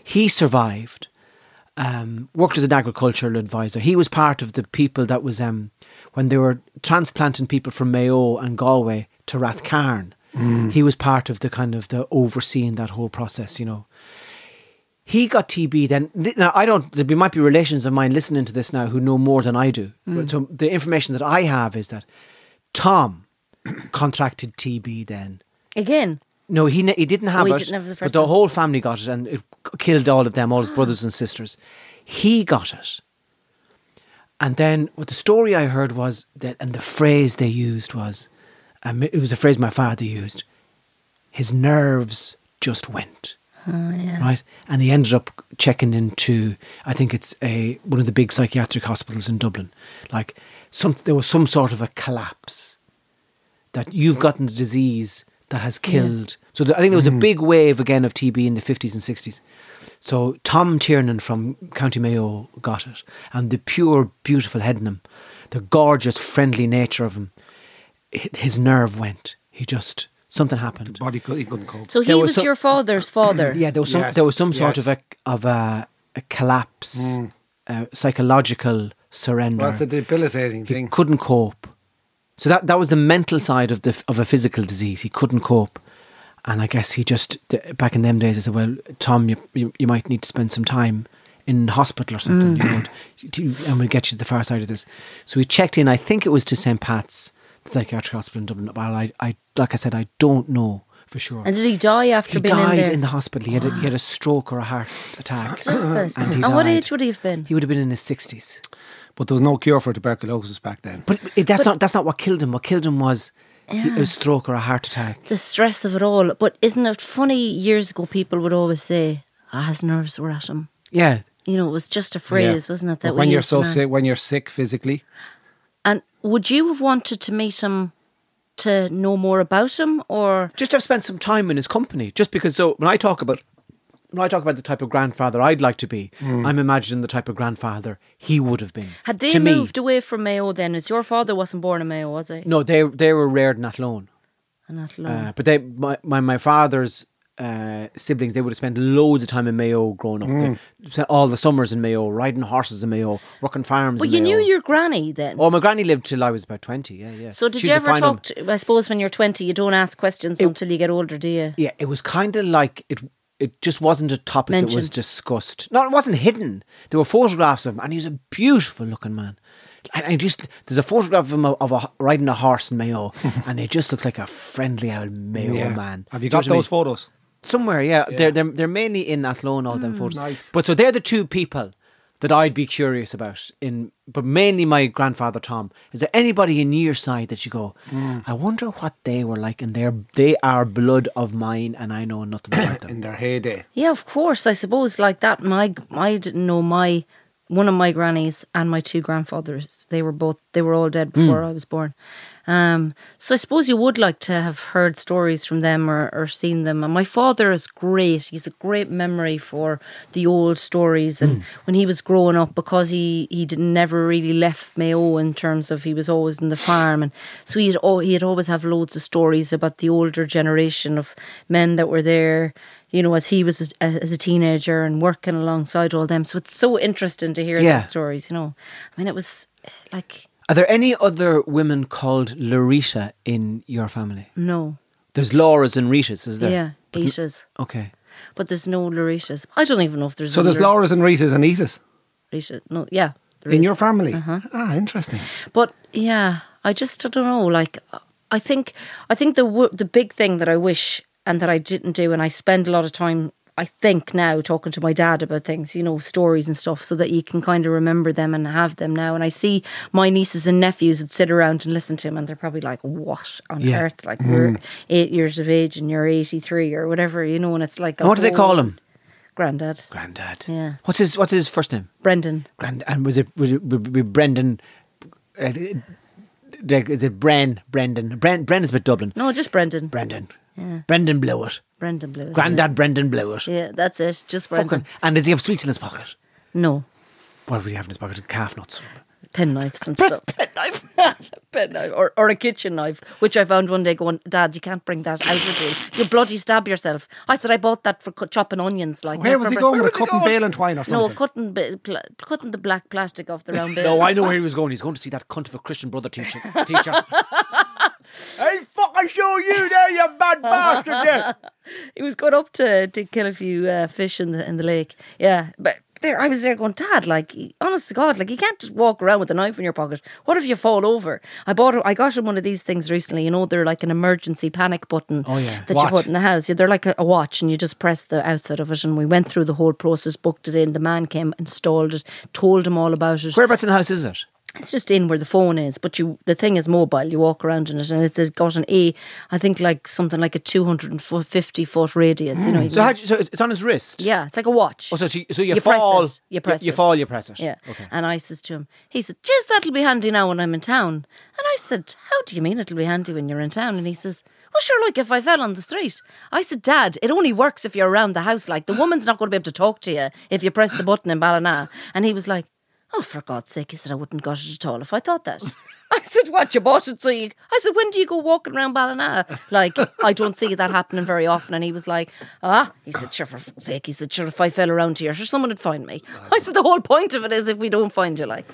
Speaker 1: He survived, um, worked as an agricultural advisor. He was part of the people that was um, when they were transplanting people from Mayo and Galway to Rathcarn. He was part of the kind of the overseeing that whole process, you know. He got TB then. th- Now, I don't, there be- might be relations of mine listening to this now who know more than I do. But So the information that I have is that Tom contracted TB then.
Speaker 2: Again,
Speaker 1: No, he ne- he didn't have
Speaker 2: Oh, he
Speaker 1: it.
Speaker 2: didn't have it the
Speaker 1: but
Speaker 2: first Ah.
Speaker 1: the
Speaker 2: time.
Speaker 1: whole family got it, and it c- killed all of them, all his brothers and sisters. He got it, and then what the story I heard was that, and the phrase they used was, um, it was a phrase my father used. His nerves just went. Right, and he ended up checking into I think it's a one of the big psychiatric hospitals in Dublin. Like some, there was some sort of a collapse that you've gotten the disease that has killed. So the, I think there was a big wave again of TB in the 50s and 60s. So Tom Tiernan from County Mayo got it. And the pure, beautiful head in him, the gorgeous, friendly nature of him, hi- his nerve went. He just, something happened.
Speaker 3: Body could, he couldn't cope.
Speaker 2: so he
Speaker 1: There was
Speaker 2: was,
Speaker 1: some-
Speaker 2: your father's father.
Speaker 1: Yeah, there was some,
Speaker 3: Yes,
Speaker 1: there was some sort
Speaker 3: yes. Hmm.
Speaker 1: of a, of a, a collapse, uh, psychological surrender.
Speaker 3: Well, that's a debilitating
Speaker 1: He
Speaker 3: thing.
Speaker 1: couldn't cope. So that that was the mental side of the of a physical disease. He couldn't cope, and I guess he just th- back in them days. I said, "Well, Tom, you you, you might need to spend some time in hospital or something. You know, to- and we'll get you to the far side of this." So he checked in. I think it was to St Pat's, the psychiatric hospital in Dublin. But I, I like I said, I don't know for sure.
Speaker 2: And did he die after
Speaker 1: he
Speaker 2: being
Speaker 1: died
Speaker 2: in there?
Speaker 1: the hospital. He had, a, he had a stroke or a heart attack.
Speaker 2: Stupid.
Speaker 1: And, he
Speaker 2: And what
Speaker 1: died.
Speaker 2: age would he have been?
Speaker 1: He would have been in his sixties.
Speaker 3: But there was no cure for tuberculosis back then.
Speaker 1: But it- that's not that's not what killed him. What killed him was he, a stroke or a heart attack.
Speaker 2: the stress of it all. But isn't it funny? Years ago, people would always say, "Ah, his nerves were at him."
Speaker 1: Yeah,
Speaker 2: You know, it was just a phrase,
Speaker 3: Yeah.
Speaker 2: wasn't it?
Speaker 3: But
Speaker 2: That we
Speaker 3: when you're
Speaker 2: used
Speaker 3: so
Speaker 2: now.
Speaker 3: sick, when you're sick physically,
Speaker 2: And would you have wanted to meet him to know more about him, or
Speaker 1: just to have spent some time in his company. Just because. So when I talk about when I talk about the type of grandfather I'd like to be, I'm imagining the type of grandfather he would have been.
Speaker 2: had they
Speaker 1: to me.
Speaker 2: moved away from Mayo? Then, as your father wasn't born in Mayo, was he?
Speaker 1: No, Uh, they they were reared in Athlone.
Speaker 2: And that
Speaker 1: Uh, but they, my, my, my father's uh, siblings, they would have spent loads of time in Mayo growing up.
Speaker 2: Mm.
Speaker 1: They spent all the summers in Mayo, riding horses in Mayo, working farms.
Speaker 2: Well,
Speaker 1: in
Speaker 2: you knew
Speaker 1: Mayo.
Speaker 2: your granny then.
Speaker 1: Oh, my granny lived till I was about twenty. Yeah, yeah.
Speaker 2: so did
Speaker 1: She's
Speaker 2: you
Speaker 1: a
Speaker 2: ever
Speaker 1: fine woman.
Speaker 2: talk? To, I suppose when you're 20, you don't ask questions until you get older, do you?
Speaker 1: Yeah, it was kind of like it. It just wasn't a topic that was
Speaker 2: Mentioned.
Speaker 1: discussed. No, it wasn't hidden. There were photographs of him, and he was a beautiful looking man. And I just there's a photograph of him of, a, riding a horse in Mayo, and he just looks like a friendly old Mayo
Speaker 3: Yeah.
Speaker 1: man.
Speaker 3: Have you
Speaker 1: Do know
Speaker 3: got
Speaker 1: what I mean?
Speaker 3: those photos?
Speaker 1: somewhere? Yeah, They're, they're they're mainly in Athlone. All them photos.
Speaker 3: Mm. nice.
Speaker 1: But so they're the two people that I'd be curious about. In but mainly my grandfather Tom. Is there anybody in your side that you go?
Speaker 3: Mm.
Speaker 1: I wonder what they were like, and they're they are blood of mine, and I know nothing about them.
Speaker 3: In their heyday.
Speaker 2: Yeah, of course. I suppose like that. My I didn't know my one of my grannies and my two grandfathers. They were both they were all dead before I was born. Um, so I suppose you would like to have heard stories from them or, or seen them. And my father is great. He's a great memory for the old stories
Speaker 1: Hmm.
Speaker 2: and when he was growing up because he he did never really left Mayo in terms of he was always in the farm and so he'd al- he'd always have loads of stories about the older generation of men that were there you know, as he was a, as a teenager and working alongside all them. So it's so interesting to hear
Speaker 1: Yeah.
Speaker 2: those stories. You know, I mean, it was eh, like
Speaker 1: Are there any other women called Larita in your family?
Speaker 2: no,
Speaker 1: There's Laura's and Rita's, is there?
Speaker 2: yeah, Aisha's,
Speaker 1: Okay.
Speaker 2: but there's no Larisha's. I don't even know if there's
Speaker 3: So
Speaker 2: a
Speaker 3: there's
Speaker 2: Lar-
Speaker 3: Laura's and Rita's and Eta's
Speaker 2: Larisha. No, yeah, there
Speaker 3: in
Speaker 2: is.
Speaker 3: your family.
Speaker 2: Uh-huh.
Speaker 3: Ah, interesting.
Speaker 2: But yeah, I just I don't know. Like, I think I think the wo- the big thing that I wish and that I didn't do, and I spend a lot of time. I think now talking to my dad about things, you know, stories and stuff, so that you can kind of remember them and have them now. And I see my nieces and nephews would sit around and listen to him, and they're probably like, "What on
Speaker 1: Yeah. Mm.
Speaker 2: earth? Like, we're eight years of age and you're eighty three or whatever, you know." And it's like, a
Speaker 1: And what do they call
Speaker 2: whole-
Speaker 1: him?
Speaker 2: Granddad,
Speaker 1: Grandad.
Speaker 2: Yeah.
Speaker 1: What's his What's his first name?
Speaker 2: Brendan.
Speaker 1: Grand. And was it was it, was it Brendan? Uh, like, is it Bren? Brendan? Bren? Bren is with Dublin.
Speaker 2: No, just Brendan.
Speaker 1: Brendan. Brendan Blewett.
Speaker 2: Brendan Blue.
Speaker 1: Grandad Brendan Blewett.
Speaker 2: Yeah, that's it. Just Brendan.
Speaker 1: Fucking. And does he have sweets in his pocket?
Speaker 2: No,
Speaker 1: What would he have in his pocket? Calf nuts.
Speaker 2: penknives and stuff.
Speaker 4: Penknife.
Speaker 2: penknife or, or a kitchen knife, which I found one day going, Dad, you can't bring that out with you. You bloody stab yourself. I said I bought that for cu- chopping onions. Like
Speaker 3: Where was he
Speaker 2: for-
Speaker 3: going
Speaker 2: Where
Speaker 3: with a
Speaker 2: was
Speaker 3: cup and bale and twine or
Speaker 2: he- No,
Speaker 3: something?
Speaker 2: cutting bi- pla- cutting the black plastic off the round bit.
Speaker 1: No, I know where he was going. He's going to see that cunt of a Christian brother teacher. teacher. hey, fuck! I show you there, you mad bastard! There.
Speaker 2: He was going up to to kill a few uh, fish in the in the lake. Yeah, but. There, I was there going, Dad. Like, he- honest to God, like you can't just walk around with a knife in your pocket. What if you fall over? I bought, I got him one of these things recently. You know, they're like an emergency panic button.
Speaker 1: Oh, yeah.
Speaker 2: that
Speaker 3: Watch.
Speaker 2: you put in the house. Yeah, they're like a, a watch, and you just press the outside of it. And we went through the whole process, booked it in. The man came, installed it, told him all about it.
Speaker 1: Whereabouts in the house is it?
Speaker 2: It's just in where the phone is, but you the thing is mobile. You walk around in it, and it's got an A, I think like something like a two hundred and fifty foot radius. You know, you
Speaker 1: So,
Speaker 2: can-
Speaker 1: how, so it's on his wrist.
Speaker 2: yeah, it's like a watch.
Speaker 1: Oh, so, she, so you,
Speaker 2: You press
Speaker 1: fall.
Speaker 2: it, you press
Speaker 1: You,
Speaker 2: it.
Speaker 1: fall. You press it.
Speaker 2: Yeah.
Speaker 1: Okay.
Speaker 2: And I says to him, he said, Jeez, that'll be handy now when I'm in town. And I said, How do you mean it'll be handy when you're in town? And he says, Well, sure, like if I fell on the street. I said, Dad, it only works if you're around the house. Like the woman's not going to be able to talk to you if you press the button in Ballina. And he was like, Oh, for God's sake, he said, I wouldn't got it at all if I thought that. I said, What, you bought it? So you... I said, When do you go walking around Ballina? Like, I don't see that happening very often. And he was like, Ah, he said, Sure, for fuck's sake. He said, Sure, if I fell around here, sure, someone would find me. I said, The whole point of it is if we don't find you, like.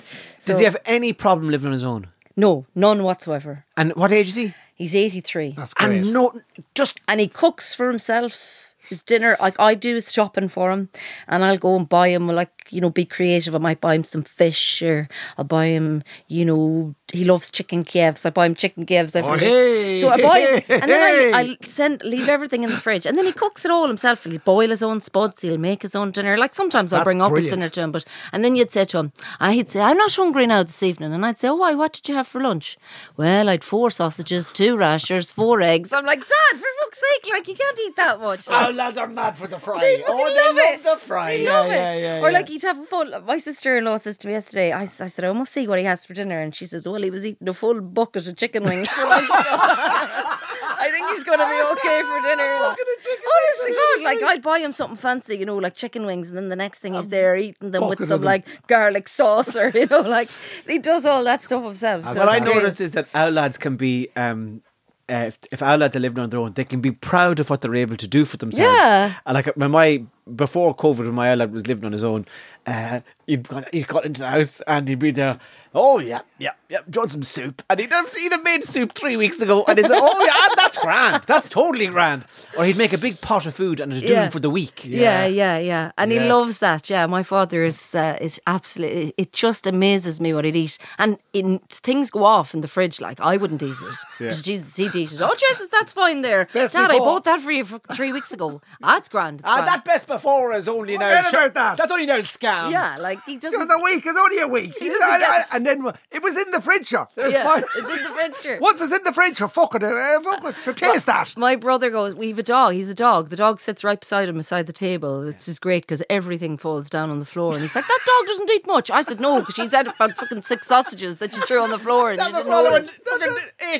Speaker 1: Does he have any problem living on his own?
Speaker 2: No, none whatsoever.
Speaker 1: And what age is he?
Speaker 2: He's 83.
Speaker 3: That's great.
Speaker 1: And no, just
Speaker 2: and he cooks for himself. His dinner, like I do, his shopping for him, and I'll go and buy him. Like you know, be creative. I might buy him some fish, or I'll buy him. You know, he loves chicken Kievs. I buy him chicken Kievs every
Speaker 3: Oh,
Speaker 2: day.
Speaker 3: hey.
Speaker 2: So I buy him, and then I,
Speaker 3: Hey.
Speaker 2: I send leave everything in the fridge, and then he cooks it all himself. He'll boil his own spuds. He'll make his own dinner. Like sometimes I'll
Speaker 3: That's
Speaker 2: bring up his
Speaker 3: brilliant.
Speaker 2: dinner to him, but and then you'd say to him, I he'd say, I'm not hungry now this evening, and I'd say, Oh, why? What did you have for lunch? Well, I'd four sausages, two rashers, four eggs. I'm like, Dad, for fuck's sake, like you can't eat that much.
Speaker 1: Oh,
Speaker 2: Like,
Speaker 3: lads are mad for the Oh, fry.
Speaker 2: They fucking love it. They love it.
Speaker 3: yeah, yeah, yeah.
Speaker 2: or like he'd have a full. My sister-in-law says to me yesterday, I, s- I said, I must see what he has for dinner, and she says, Well, he was eating a full bucket of chicken wings for lunch. I think he's going to be okay for dinner. Like, honest to God, like I'd buy him something fancy, you know, like chicken wings, and then the next thing he's there eating them
Speaker 3: bucket
Speaker 2: with
Speaker 3: of
Speaker 2: some
Speaker 3: them.
Speaker 2: like garlic sauce or you know, like he does all that stuff himself. so
Speaker 1: what I
Speaker 2: it's great.
Speaker 1: noticed is that our lads can be um, uh, if, if outlads are living on their own, they can be proud of what they're able to do for themselves.
Speaker 2: Yeah.
Speaker 1: And like when my before COVID, when my outlet was living on his own, uh, he'd got he'd got into the house and he'd be there. Oh yeah, yeah, yeah. Do you want some soup? And he'd have, he'd have made soup three weeks ago, and he'd say, "Oh yeah, that's grand. That's totally grand." Or he'd make a big pot of food and it'd do
Speaker 2: Yeah.
Speaker 1: him for the week.
Speaker 2: Yeah, yeah, yeah. And
Speaker 1: Yeah.
Speaker 2: he loves that. Yeah, my father is uh, is absolutely. It just amazes me what he'd eat. And in, things go off in the fridge. Like I wouldn't eat it. But Jesus, he'd eat it. Oh Jesus, that's fine there.
Speaker 3: Best
Speaker 2: Dad, I
Speaker 3: before.
Speaker 2: bought that for you for three weeks ago. That's grand. It's
Speaker 1: Ah,
Speaker 2: grand.
Speaker 1: that best before is only now.
Speaker 3: Forget about that.
Speaker 1: That's only now scam.
Speaker 2: yeah, like he
Speaker 3: It's
Speaker 2: doesn't.
Speaker 3: a week. It's only a week.
Speaker 2: He doesn't get it.
Speaker 3: and then it was in the fridge. sure. There's
Speaker 2: Yeah,
Speaker 3: fine.
Speaker 2: it's in the fridge.
Speaker 3: Once it's in the fridge, sure, fuck it. Uh, fuck it. sure, taste that.
Speaker 2: My brother goes, We have a dog. He's a dog. The dog sits right beside him, beside the table. It's just great because everything falls down on the floor. And he's like, That dog doesn't eat much. I said, No, because she's had about fucking six sausages that she threw on the floor. And you didn't notice.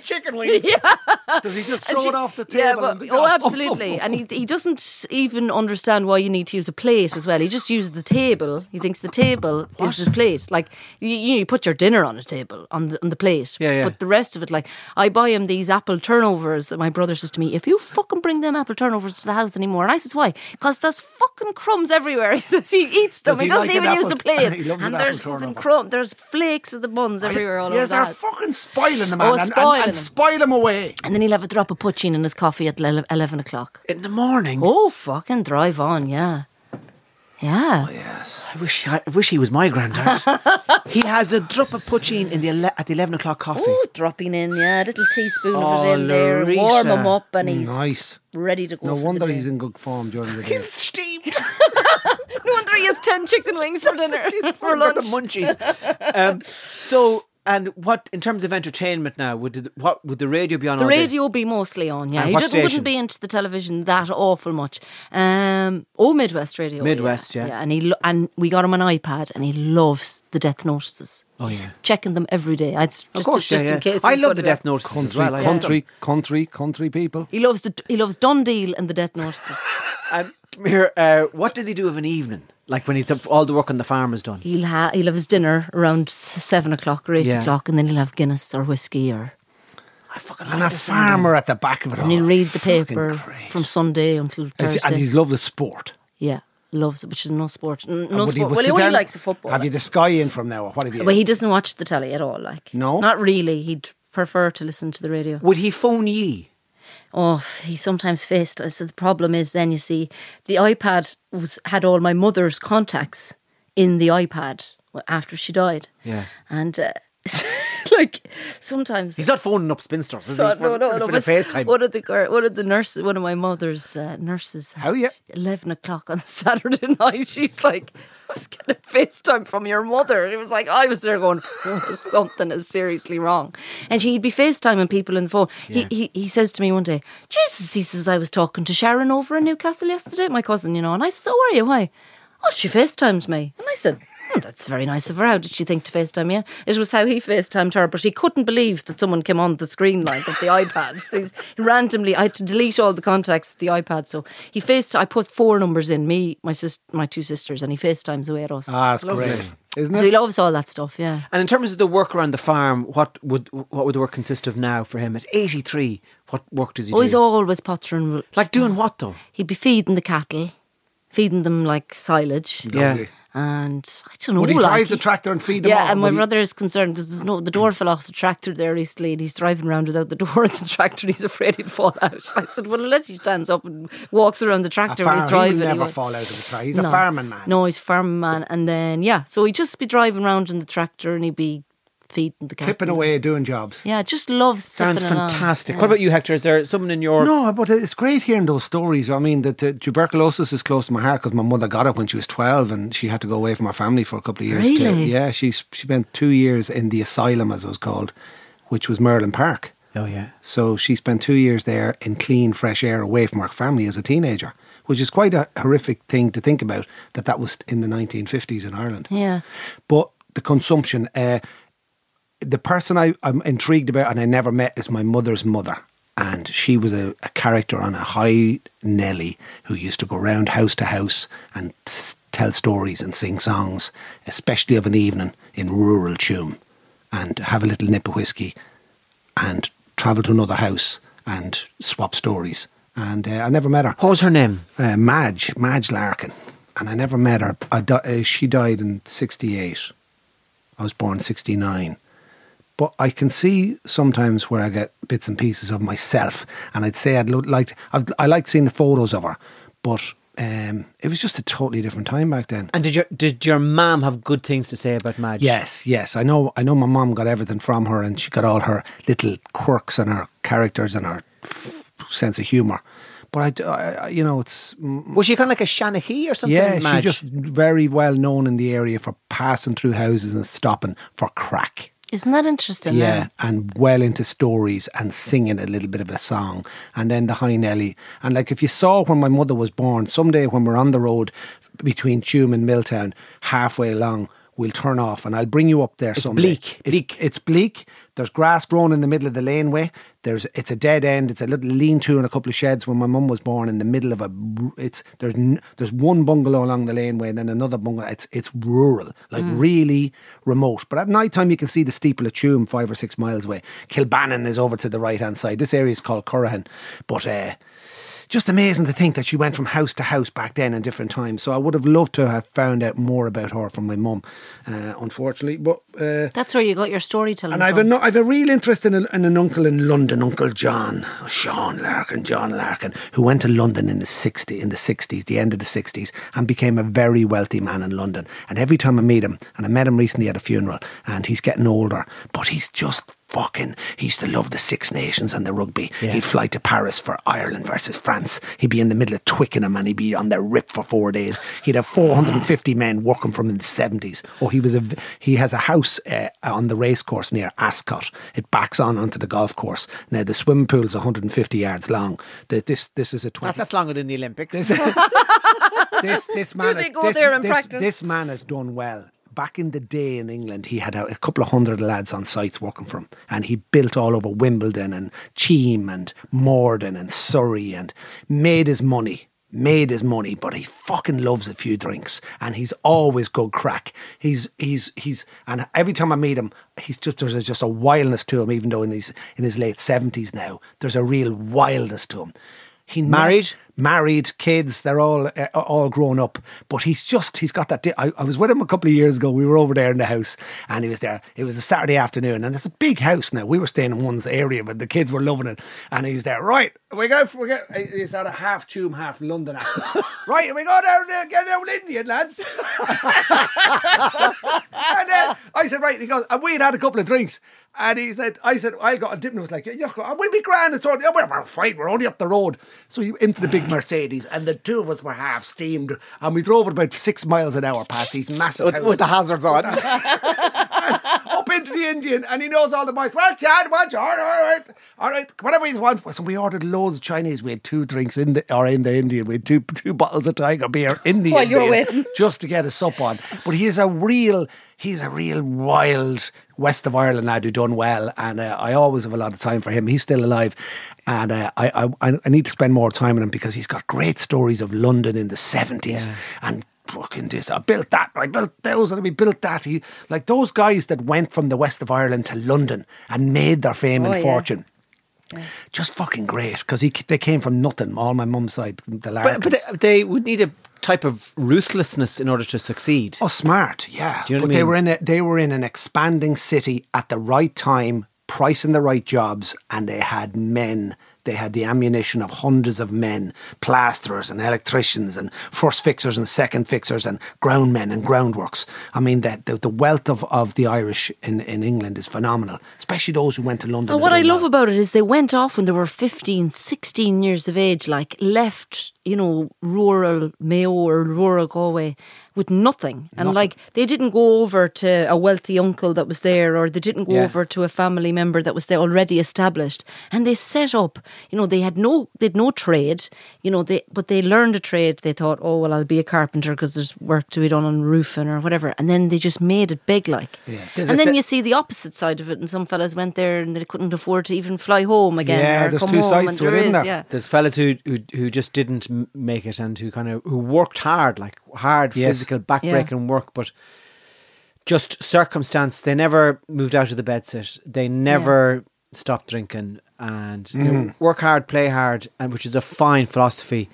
Speaker 1: chicken wings.
Speaker 3: Does he just
Speaker 2: And
Speaker 3: throw
Speaker 2: she-
Speaker 3: it off the
Speaker 2: yeah,
Speaker 3: table?
Speaker 2: but-
Speaker 3: and be-
Speaker 2: oh, absolutely. and he, he doesn't even understand why you need to use a plate as well. He just uses the table. He thinks the table is his plate. Like you, you, you put your dinner on a table on the on the plate.
Speaker 1: Yeah, yeah.
Speaker 2: But the rest of it, like I buy him these apple turnovers. And my brother says to me, "If you fucking bring them apple turnovers to the house anymore," and I says, "Why? Because there's fucking crumbs everywhere." He says he eats them.
Speaker 3: Does
Speaker 2: he,
Speaker 3: he
Speaker 2: doesn't
Speaker 3: like an
Speaker 2: even use a
Speaker 3: apple-
Speaker 2: plate.
Speaker 3: He loves
Speaker 2: and
Speaker 3: an
Speaker 2: there's
Speaker 3: apple
Speaker 2: fucking
Speaker 3: turnover.
Speaker 2: crumb. There's flakes of the buns everywhere all
Speaker 3: yes,
Speaker 2: over the
Speaker 3: they're
Speaker 2: house.
Speaker 3: fucking spoiling the man
Speaker 2: Oh,
Speaker 3: and,
Speaker 2: spoiling
Speaker 3: and, and
Speaker 2: him.
Speaker 3: spoil him away.
Speaker 2: and then he'll have a drop of poutine in his coffee at ele- eleven o'clock.
Speaker 1: In the morning.
Speaker 2: Oh, fucking drive on, yeah. Yeah.
Speaker 1: Oh, I wish I, I wish he was my granddad. he has a drop of poutine in the ele- at the eleven o'clock coffee.
Speaker 2: Oh, dropping in, yeah, a little teaspoon of
Speaker 1: Oh,
Speaker 2: it in there, warm
Speaker 1: Larisha.
Speaker 2: him up, and he's
Speaker 3: Nice.
Speaker 2: ready to go.
Speaker 3: No
Speaker 2: for
Speaker 3: wonder
Speaker 2: the
Speaker 3: he's
Speaker 2: day.
Speaker 3: in good form during the day.
Speaker 1: He's steamed.
Speaker 2: No wonder he has 10 chicken wings for dinner, for
Speaker 1: We've got the
Speaker 2: lunch.
Speaker 1: munchies. Um, so, and what in terms of entertainment now? Would the, what would the radio be on?
Speaker 2: The
Speaker 1: all day?
Speaker 2: radio be mostly on, yeah.
Speaker 1: And
Speaker 2: he
Speaker 1: what
Speaker 2: didn't,
Speaker 1: station?
Speaker 2: wouldn't be into the television that awful much. Um, oh, Midwest Radio. yeah.
Speaker 1: Midwest, yeah.
Speaker 2: and he lo- and we got him an iPad, and he loves the death notices.
Speaker 1: Oh,
Speaker 2: he's
Speaker 1: yeah.
Speaker 2: checking them every day. I just,
Speaker 1: Of
Speaker 2: just,
Speaker 1: course,
Speaker 2: just
Speaker 1: yeah, yeah.
Speaker 2: in case.
Speaker 1: I
Speaker 2: he's
Speaker 1: love
Speaker 2: good
Speaker 1: the
Speaker 2: about-
Speaker 1: death notices as
Speaker 3: country,
Speaker 1: well. I love them.
Speaker 3: country, country, country people.
Speaker 2: He loves the he loves Dundee and the death notices.
Speaker 1: And come here, uh, what does he do of an evening? Like when he th- all the work on the farm is done.
Speaker 2: He'll ha- he'll have his dinner around s- seven o'clock or eight
Speaker 1: Yeah.
Speaker 2: o'clock, and then he'll have Guinness or whiskey, or
Speaker 1: I fucking
Speaker 3: And a farmer at the back of it all.
Speaker 2: and he'll read the
Speaker 3: Oh, Fucking
Speaker 2: paper
Speaker 3: great.
Speaker 2: from Sunday until
Speaker 3: And he's-
Speaker 2: Thursday.
Speaker 3: And he's loved the sport.
Speaker 2: yeah, loves it, which is no sport. N- No
Speaker 3: Would he-
Speaker 2: sport.
Speaker 3: would
Speaker 2: well, he
Speaker 3: sit
Speaker 2: only
Speaker 3: down-
Speaker 2: likes the football.
Speaker 3: Have you the Sky in from now? Or what have you?
Speaker 2: Well, he doesn't watch the telly at all. Like
Speaker 3: No?
Speaker 2: not really. He'd prefer to listen to the radio.
Speaker 1: Would he phone ye?
Speaker 2: Oh, he sometimes faced. So the problem is, then you see, the iPad was had all my mother's contacts in the iPad after she died.
Speaker 1: Yeah.
Speaker 2: and uh, like sometimes
Speaker 1: He's not phoning up spinsters, is
Speaker 2: So,
Speaker 1: he?
Speaker 2: no,
Speaker 1: for,
Speaker 2: no, no.
Speaker 1: for
Speaker 2: but
Speaker 1: the FaceTime.
Speaker 2: One of the gir- one of the nurses, one of my mother's uh, nurses. had
Speaker 3: Oh, yeah.
Speaker 2: eleven o'clock on Saturday night. She's like, I was getting a FaceTime from your mother. It was like I was there going, "Oh, something is seriously wrong, and she'd be FaceTiming people in the phone. He, he he says to me one day, Jesus, he says I was talking to Sharon over in Newcastle yesterday, my cousin, you know, and I said, Oh, are you? Why? Oh, she FaceTimed me, and I said. "Hmm, That's very nice of her. How did she think to FaceTime you? It was how he FaceTimed her, but he couldn't believe that someone came on the screen like of the iPad. So he's- randomly, I had to delete all the contacts of the iPad. So he FaceTimed, I put four numbers in me, my sis, my two sisters, and he FaceTimes away at us.
Speaker 3: Ah, it's great, isn't
Speaker 2: so he
Speaker 3: it?
Speaker 2: loves all that stuff, yeah.
Speaker 1: and in terms of the work around the farm, what would what would the work consist of now for him at eighty three? What work does he
Speaker 2: Oh, he's
Speaker 1: do?
Speaker 2: always pottering.
Speaker 1: like doing what though?
Speaker 2: He'd be feeding the cattle, feeding them like silage.
Speaker 1: Yeah.
Speaker 2: And I don't know.
Speaker 3: Would he
Speaker 2: like,
Speaker 3: drive the tractor and feed them?
Speaker 2: Yeah,
Speaker 3: all?
Speaker 2: and
Speaker 3: Would
Speaker 2: my
Speaker 3: he-
Speaker 2: brother is concerned because there's no the door fell off the tractor there recently, and he's driving around without the door on the tractor. and He's afraid he'd fall out. I said, well, unless he stands up and walks around the
Speaker 3: A
Speaker 2: tractor when
Speaker 3: farmer,
Speaker 2: he's
Speaker 3: he will
Speaker 2: driving, he
Speaker 3: never
Speaker 2: won't."
Speaker 3: fall out of the tree. He's
Speaker 2: No.
Speaker 3: a farming man.
Speaker 2: No, he's a farm man, and then yeah, so he'd just be driving around in the tractor and he'd be feeding the cattle.
Speaker 3: tipping away doing jobs.
Speaker 2: Yeah, just loves.
Speaker 1: Sounds
Speaker 2: tipping along.
Speaker 1: fantastic. What about you, Hector? Is there someone in your
Speaker 3: No, but it's great hearing those stories. I mean, the, the tuberculosis is close to my heart because my mother got it when she was twelve, and she had to go away from her family for a couple of years. to-
Speaker 2: Really?
Speaker 3: yeah, she she spent two years in the asylum, as it was called, which was Merlin Park.
Speaker 1: Oh yeah.
Speaker 3: So she spent two years there in clean, fresh air, away from her family as a teenager, which is quite a horrific thing to think about. That that was in the 1950s in Ireland.
Speaker 2: Yeah.
Speaker 3: But the consumption, uh, the person I, I'm intrigued about and I never met is my mother's mother. And she was a, a character on a high Nelly who used to go round house to house and s- tell stories and sing songs, especially of an evening in rural Tuam, and have a little nip of whiskey and travel to another house and swap stories. And uh, I never met her.
Speaker 1: What was her name?
Speaker 3: Uh, Madge, Madge Larkin. And I never met her. I di- uh, she died in 68. I was born 69. But I can see sometimes where I get bits and pieces of myself. And I'd say I'd lo- liked, I've, I liked seeing the photos of her. But um, it was just a totally different time back then.
Speaker 1: And did your did your mom have good things to say about Madge?
Speaker 3: Yes, yes. I know I know my mom got everything from her and she got all her little quirks and her characters and her f- sense of humor. But I d- I, I- you know, it's
Speaker 1: Was she kind of like a Shanahy or something?
Speaker 3: yeah, she's
Speaker 1: Madge?
Speaker 3: just very well known in the area for passing through houses and stopping for crack.
Speaker 2: Isn't that interesting?
Speaker 3: yeah,
Speaker 2: then?
Speaker 3: and well into stories and singing a little bit of a song, and then the High Nelly. And like if you saw when my mother was born, someday when we're on the road between Tuam and Milltown, halfway along, we'll turn off and I'll bring you up there. It's someday.
Speaker 1: bleak,
Speaker 3: It's,
Speaker 1: bleak.
Speaker 3: It's bleak. There's grass growing in the middle of the laneway. There's it's a dead end. It's a little lean-to and a couple of sheds. When my mum was born, in the middle of a, r- it's there's n- there's one bungalow along the laneway and then another bungalow. It's it's rural, like
Speaker 1: Mm.
Speaker 3: really remote. But at night time, you can see the steeple of Tuam five or six miles away. Kilbannon is over to the right hand side. This area is called Currahan, but. Uh, just amazing to think that she went from house to house back then in different times. So I would have loved to have found out more about her from my mum, uh, unfortunately. But uh,
Speaker 2: That's where you got your storytelling.
Speaker 3: and I've a,
Speaker 2: from.
Speaker 3: no- I've a real interest in, a, in an uncle in London, Uncle John, Sean Larkin, John Larkin, who went to London in the 60, in the 60s, the end of the 60s, and became a very wealthy man in London. And every time I meet him, and I met him recently at a funeral, and he's getting older, but he's just fucking, he used to love the Six Nations and the rugby. He'd fly to Paris for Ireland versus France. He'd be in the middle of Twickenham and he'd be on their rip for four days. He'd have 450 men working for him in the 70s. Or he was a, he has a house uh, on the racecourse near Ascot. It backs on onto the golf course. Now the swimming pool is 150 yards long. The, this this is a 20.
Speaker 1: That- that's longer than the Olympics.
Speaker 3: this this man
Speaker 4: they
Speaker 3: has-
Speaker 4: go
Speaker 3: this,
Speaker 4: there and
Speaker 3: this-
Speaker 4: practice?
Speaker 3: this man has done well. Back in the day in England, he had a, a couple of hundred lads on sites working for him, and he built all over Wimbledon and Cheam and Morden and Surrey, and made his money. Made his money, but he fucking loves a few drinks, and he's always good crack. He's he's he's, and every time I meet him, he's just there's a, just a wildness to him. Even though in his in his late seventies now, there's a real wildness to him. He ne-
Speaker 1: Married?
Speaker 3: married, kids. They're all uh, all grown up, but he's just he's got that. Di- I, I was with him a couple of years ago. We were over there in the house, and he was there. It was a Saturday afternoon, and it's a big house now. We were staying in one's area, but the kids were loving it, and he's there. Right, we go. We go. He's had a half tomb, half London accent. right, we go down there, get down Indian lads. and then I said, right, he goes, and we had had a couple of drinks. And he said, I said, I got a dip and was like, yeah, and we'll be grand. It's all, yeah, we're, we're fine. We're only up the road. So he into the big Mercedes, and the two of us were half steamed. And we drove at about six miles an hour past these massive
Speaker 1: with,
Speaker 3: houses
Speaker 1: with the hazards on.
Speaker 3: up into the Indian and he knows all the boys. Well, Chad, well, George, all right, all right, whatever you want. So we ordered loads of Chinese. We had two drinks in the or in the Indian. We had two two bottles of Tiger beer in the
Speaker 4: While you
Speaker 3: Indian
Speaker 4: were waiting.
Speaker 3: just to get us up on. But he is a real he's a real wild West of Ireland lad who done well, and uh, I always have a lot of time for him. He's still alive, and uh, I, I I need to spend more time with him because he's got great stories of London in the seventies and fucking this. I built that. I built those, and we built that. He like those guys that went from the west of Ireland to London and made their fame
Speaker 4: Oh,
Speaker 3: and
Speaker 4: yeah.
Speaker 3: fortune. Just fucking great because he they came from nothing. All my mum's side, the
Speaker 1: but, uh,
Speaker 3: Larkins.
Speaker 1: but they, they would need a type of ruthlessness in order to succeed.
Speaker 3: Oh, smart! Yeah,
Speaker 1: Do you know
Speaker 3: but
Speaker 1: what I
Speaker 3: they
Speaker 1: mean?
Speaker 3: were in a, they were in an expanding city at the right time, pricing the right jobs, and they had men. They had the ammunition of hundreds of men, plasterers and electricians and first fixers and second fixers and ground men and groundworks. I mean, the, the, the wealth of, of the Irish in, in England is phenomenal, especially those who went to London.
Speaker 2: And
Speaker 3: and
Speaker 2: what I
Speaker 3: done
Speaker 2: love
Speaker 3: well.
Speaker 2: about it is they went off when they were 15, 16 years of age, like left, you know, rural Mayo or rural Galway with nothing. And like they didn't go over to a wealthy uncle that was there or they didn't go
Speaker 1: Yeah.
Speaker 2: over to a family member that was there already established. And they set up, you know, they had no, they had no trade, you know, they, but they learned a trade. They thought, oh, well, I'll be a carpenter because there's work to be done on roofing or whatever. And then they just made it big like.
Speaker 3: There's
Speaker 2: And
Speaker 3: a
Speaker 2: then
Speaker 3: se-
Speaker 2: you see the opposite side of it, and some fellas went there and they couldn't afford to even fly home again.
Speaker 3: Yeah,
Speaker 2: or
Speaker 3: there's
Speaker 2: come
Speaker 3: two
Speaker 2: home,
Speaker 3: sides
Speaker 2: and
Speaker 3: to it,
Speaker 2: there
Speaker 3: isn't
Speaker 2: is,
Speaker 3: there?
Speaker 2: Yeah.
Speaker 1: There's fellas who, who who just didn't m- make it and who kind of who worked hard, like hard
Speaker 3: Yes.
Speaker 1: physical backbreaking work, but just circumstance. They never moved out of the bedsit. They never stopped drinking, and you
Speaker 3: Mm.
Speaker 1: know, work hard, play hard, and which is a fine philosophy,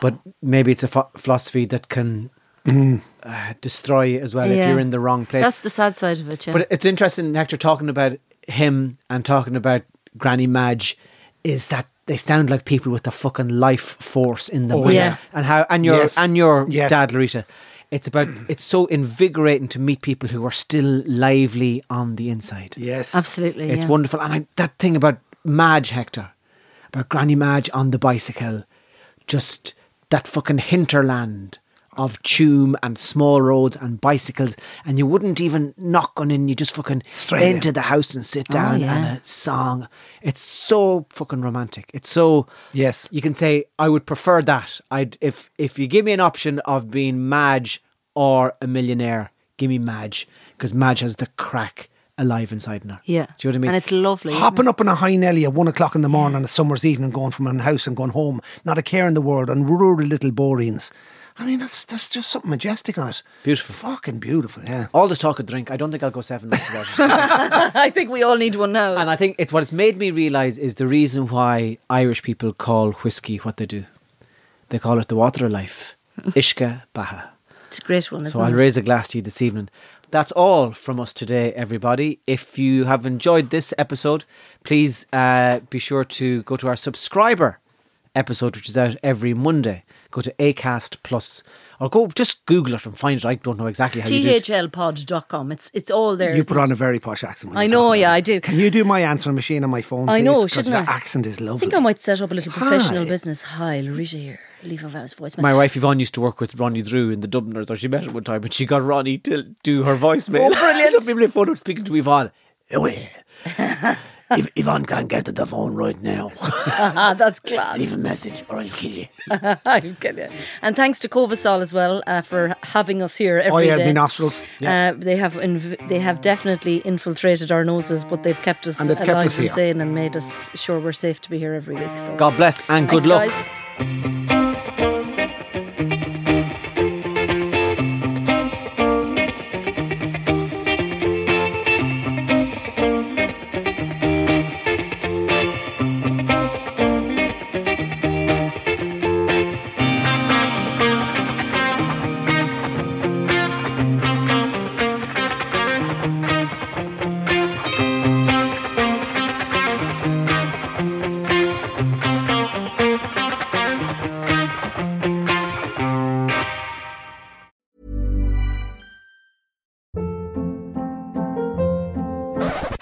Speaker 1: but maybe it's a ph- philosophy that can
Speaker 3: Mm.
Speaker 1: uh, destroy you as well if
Speaker 2: Yeah.
Speaker 1: you're in the wrong place.
Speaker 2: That's the sad side of it, yeah.
Speaker 1: But it's interesting, Hector, talking about him and talking about Granny Madge, is that they sound like people with the fucking life force in them.
Speaker 3: Oh,
Speaker 1: And-
Speaker 2: yeah.
Speaker 1: And how and your
Speaker 3: Yes.
Speaker 1: and your
Speaker 3: Yes.
Speaker 1: dad, Larita. It's about it's so invigorating to meet people who are still lively on the inside.
Speaker 3: Yes.
Speaker 2: Absolutely.
Speaker 1: It's
Speaker 2: yeah.
Speaker 1: wonderful. And I, that thing about Madge Hector, about Granny Madge on the bicycle, just that fucking hinterland of Tume and small roads and bicycles. And you wouldn't even knock on in, you just fucking
Speaker 3: Straight in.
Speaker 1: into the house and sit down
Speaker 2: Oh, yeah.
Speaker 1: and a song. It's so fucking romantic. It's so.
Speaker 3: Yes.
Speaker 1: You can say, I would prefer that. I'd If, if you give me an option of being Madge or a millionaire, give me Madge because Madge has the crack alive inside in her.
Speaker 2: Yeah.
Speaker 1: Do you know what I mean?
Speaker 2: And it's lovely. isn't
Speaker 3: Hopping up on a high nelly at one o'clock in the morning on a summer's evening, going from an house and going home, not a care in the world, and rural little Boreans. I mean, that's that's just something majestic on it.
Speaker 1: Beautiful.
Speaker 3: fucking beautiful. Yeah.
Speaker 1: all this talk of drink, I don't think I'll go seven nights without it.
Speaker 2: I think we all need one now.
Speaker 1: and I think it's what it's made me realise is the reason why Irish people call whiskey what they do. They call it the water of life. Ishka Baha.
Speaker 2: it's a great one, isn't
Speaker 1: So I'll
Speaker 2: it?
Speaker 1: raise a glass to you this evening. That's all from us today, everybody. If you have enjoyed this episode, please uh, be sure to go to our subscriber episode, which is out every Monday. Go to Acast Plus, or go just Google it and find it. I don't know exactly how you do it.
Speaker 2: thlpod.com. It's it's all there.
Speaker 3: You
Speaker 2: isn't
Speaker 3: put on a very posh accent. when
Speaker 2: I
Speaker 3: you
Speaker 2: know,
Speaker 3: talk about
Speaker 2: yeah,
Speaker 3: it.
Speaker 2: I do.
Speaker 3: Can you do my answering machine on my phone?
Speaker 2: I know,
Speaker 3: because
Speaker 2: shouldn't
Speaker 3: the
Speaker 2: I?
Speaker 3: accent is
Speaker 2: I
Speaker 3: lovely.
Speaker 2: think I might set up a little professional
Speaker 3: Hi.
Speaker 2: business. Hi, Larita here. Leave of house voicemail.
Speaker 1: My wife Yvonne used to work with Ronnie Drew in the Dubliners, or she met him one time, and she got Ronnie to do her voicemail.
Speaker 2: Oh, brilliant.
Speaker 1: so people in phone were speaking to Yvonne.
Speaker 3: Yvonne can't get to the phone right now.
Speaker 2: ah, that's class.
Speaker 3: a message or I'll kill you.
Speaker 2: I'll kill you. And thanks to Covasol as well uh, for having us here every day.
Speaker 3: Oh yeah, me nostrils.
Speaker 2: Uh, they have inv- they have definitely infiltrated our noses, but they've kept us
Speaker 3: And they've kept
Speaker 2: alive
Speaker 3: us
Speaker 2: and
Speaker 3: here.
Speaker 2: sane and made us sure we're safe to be here every week. So
Speaker 1: God bless and good
Speaker 2: Thanks,
Speaker 1: luck.
Speaker 2: guys.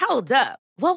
Speaker 7: Hold up. What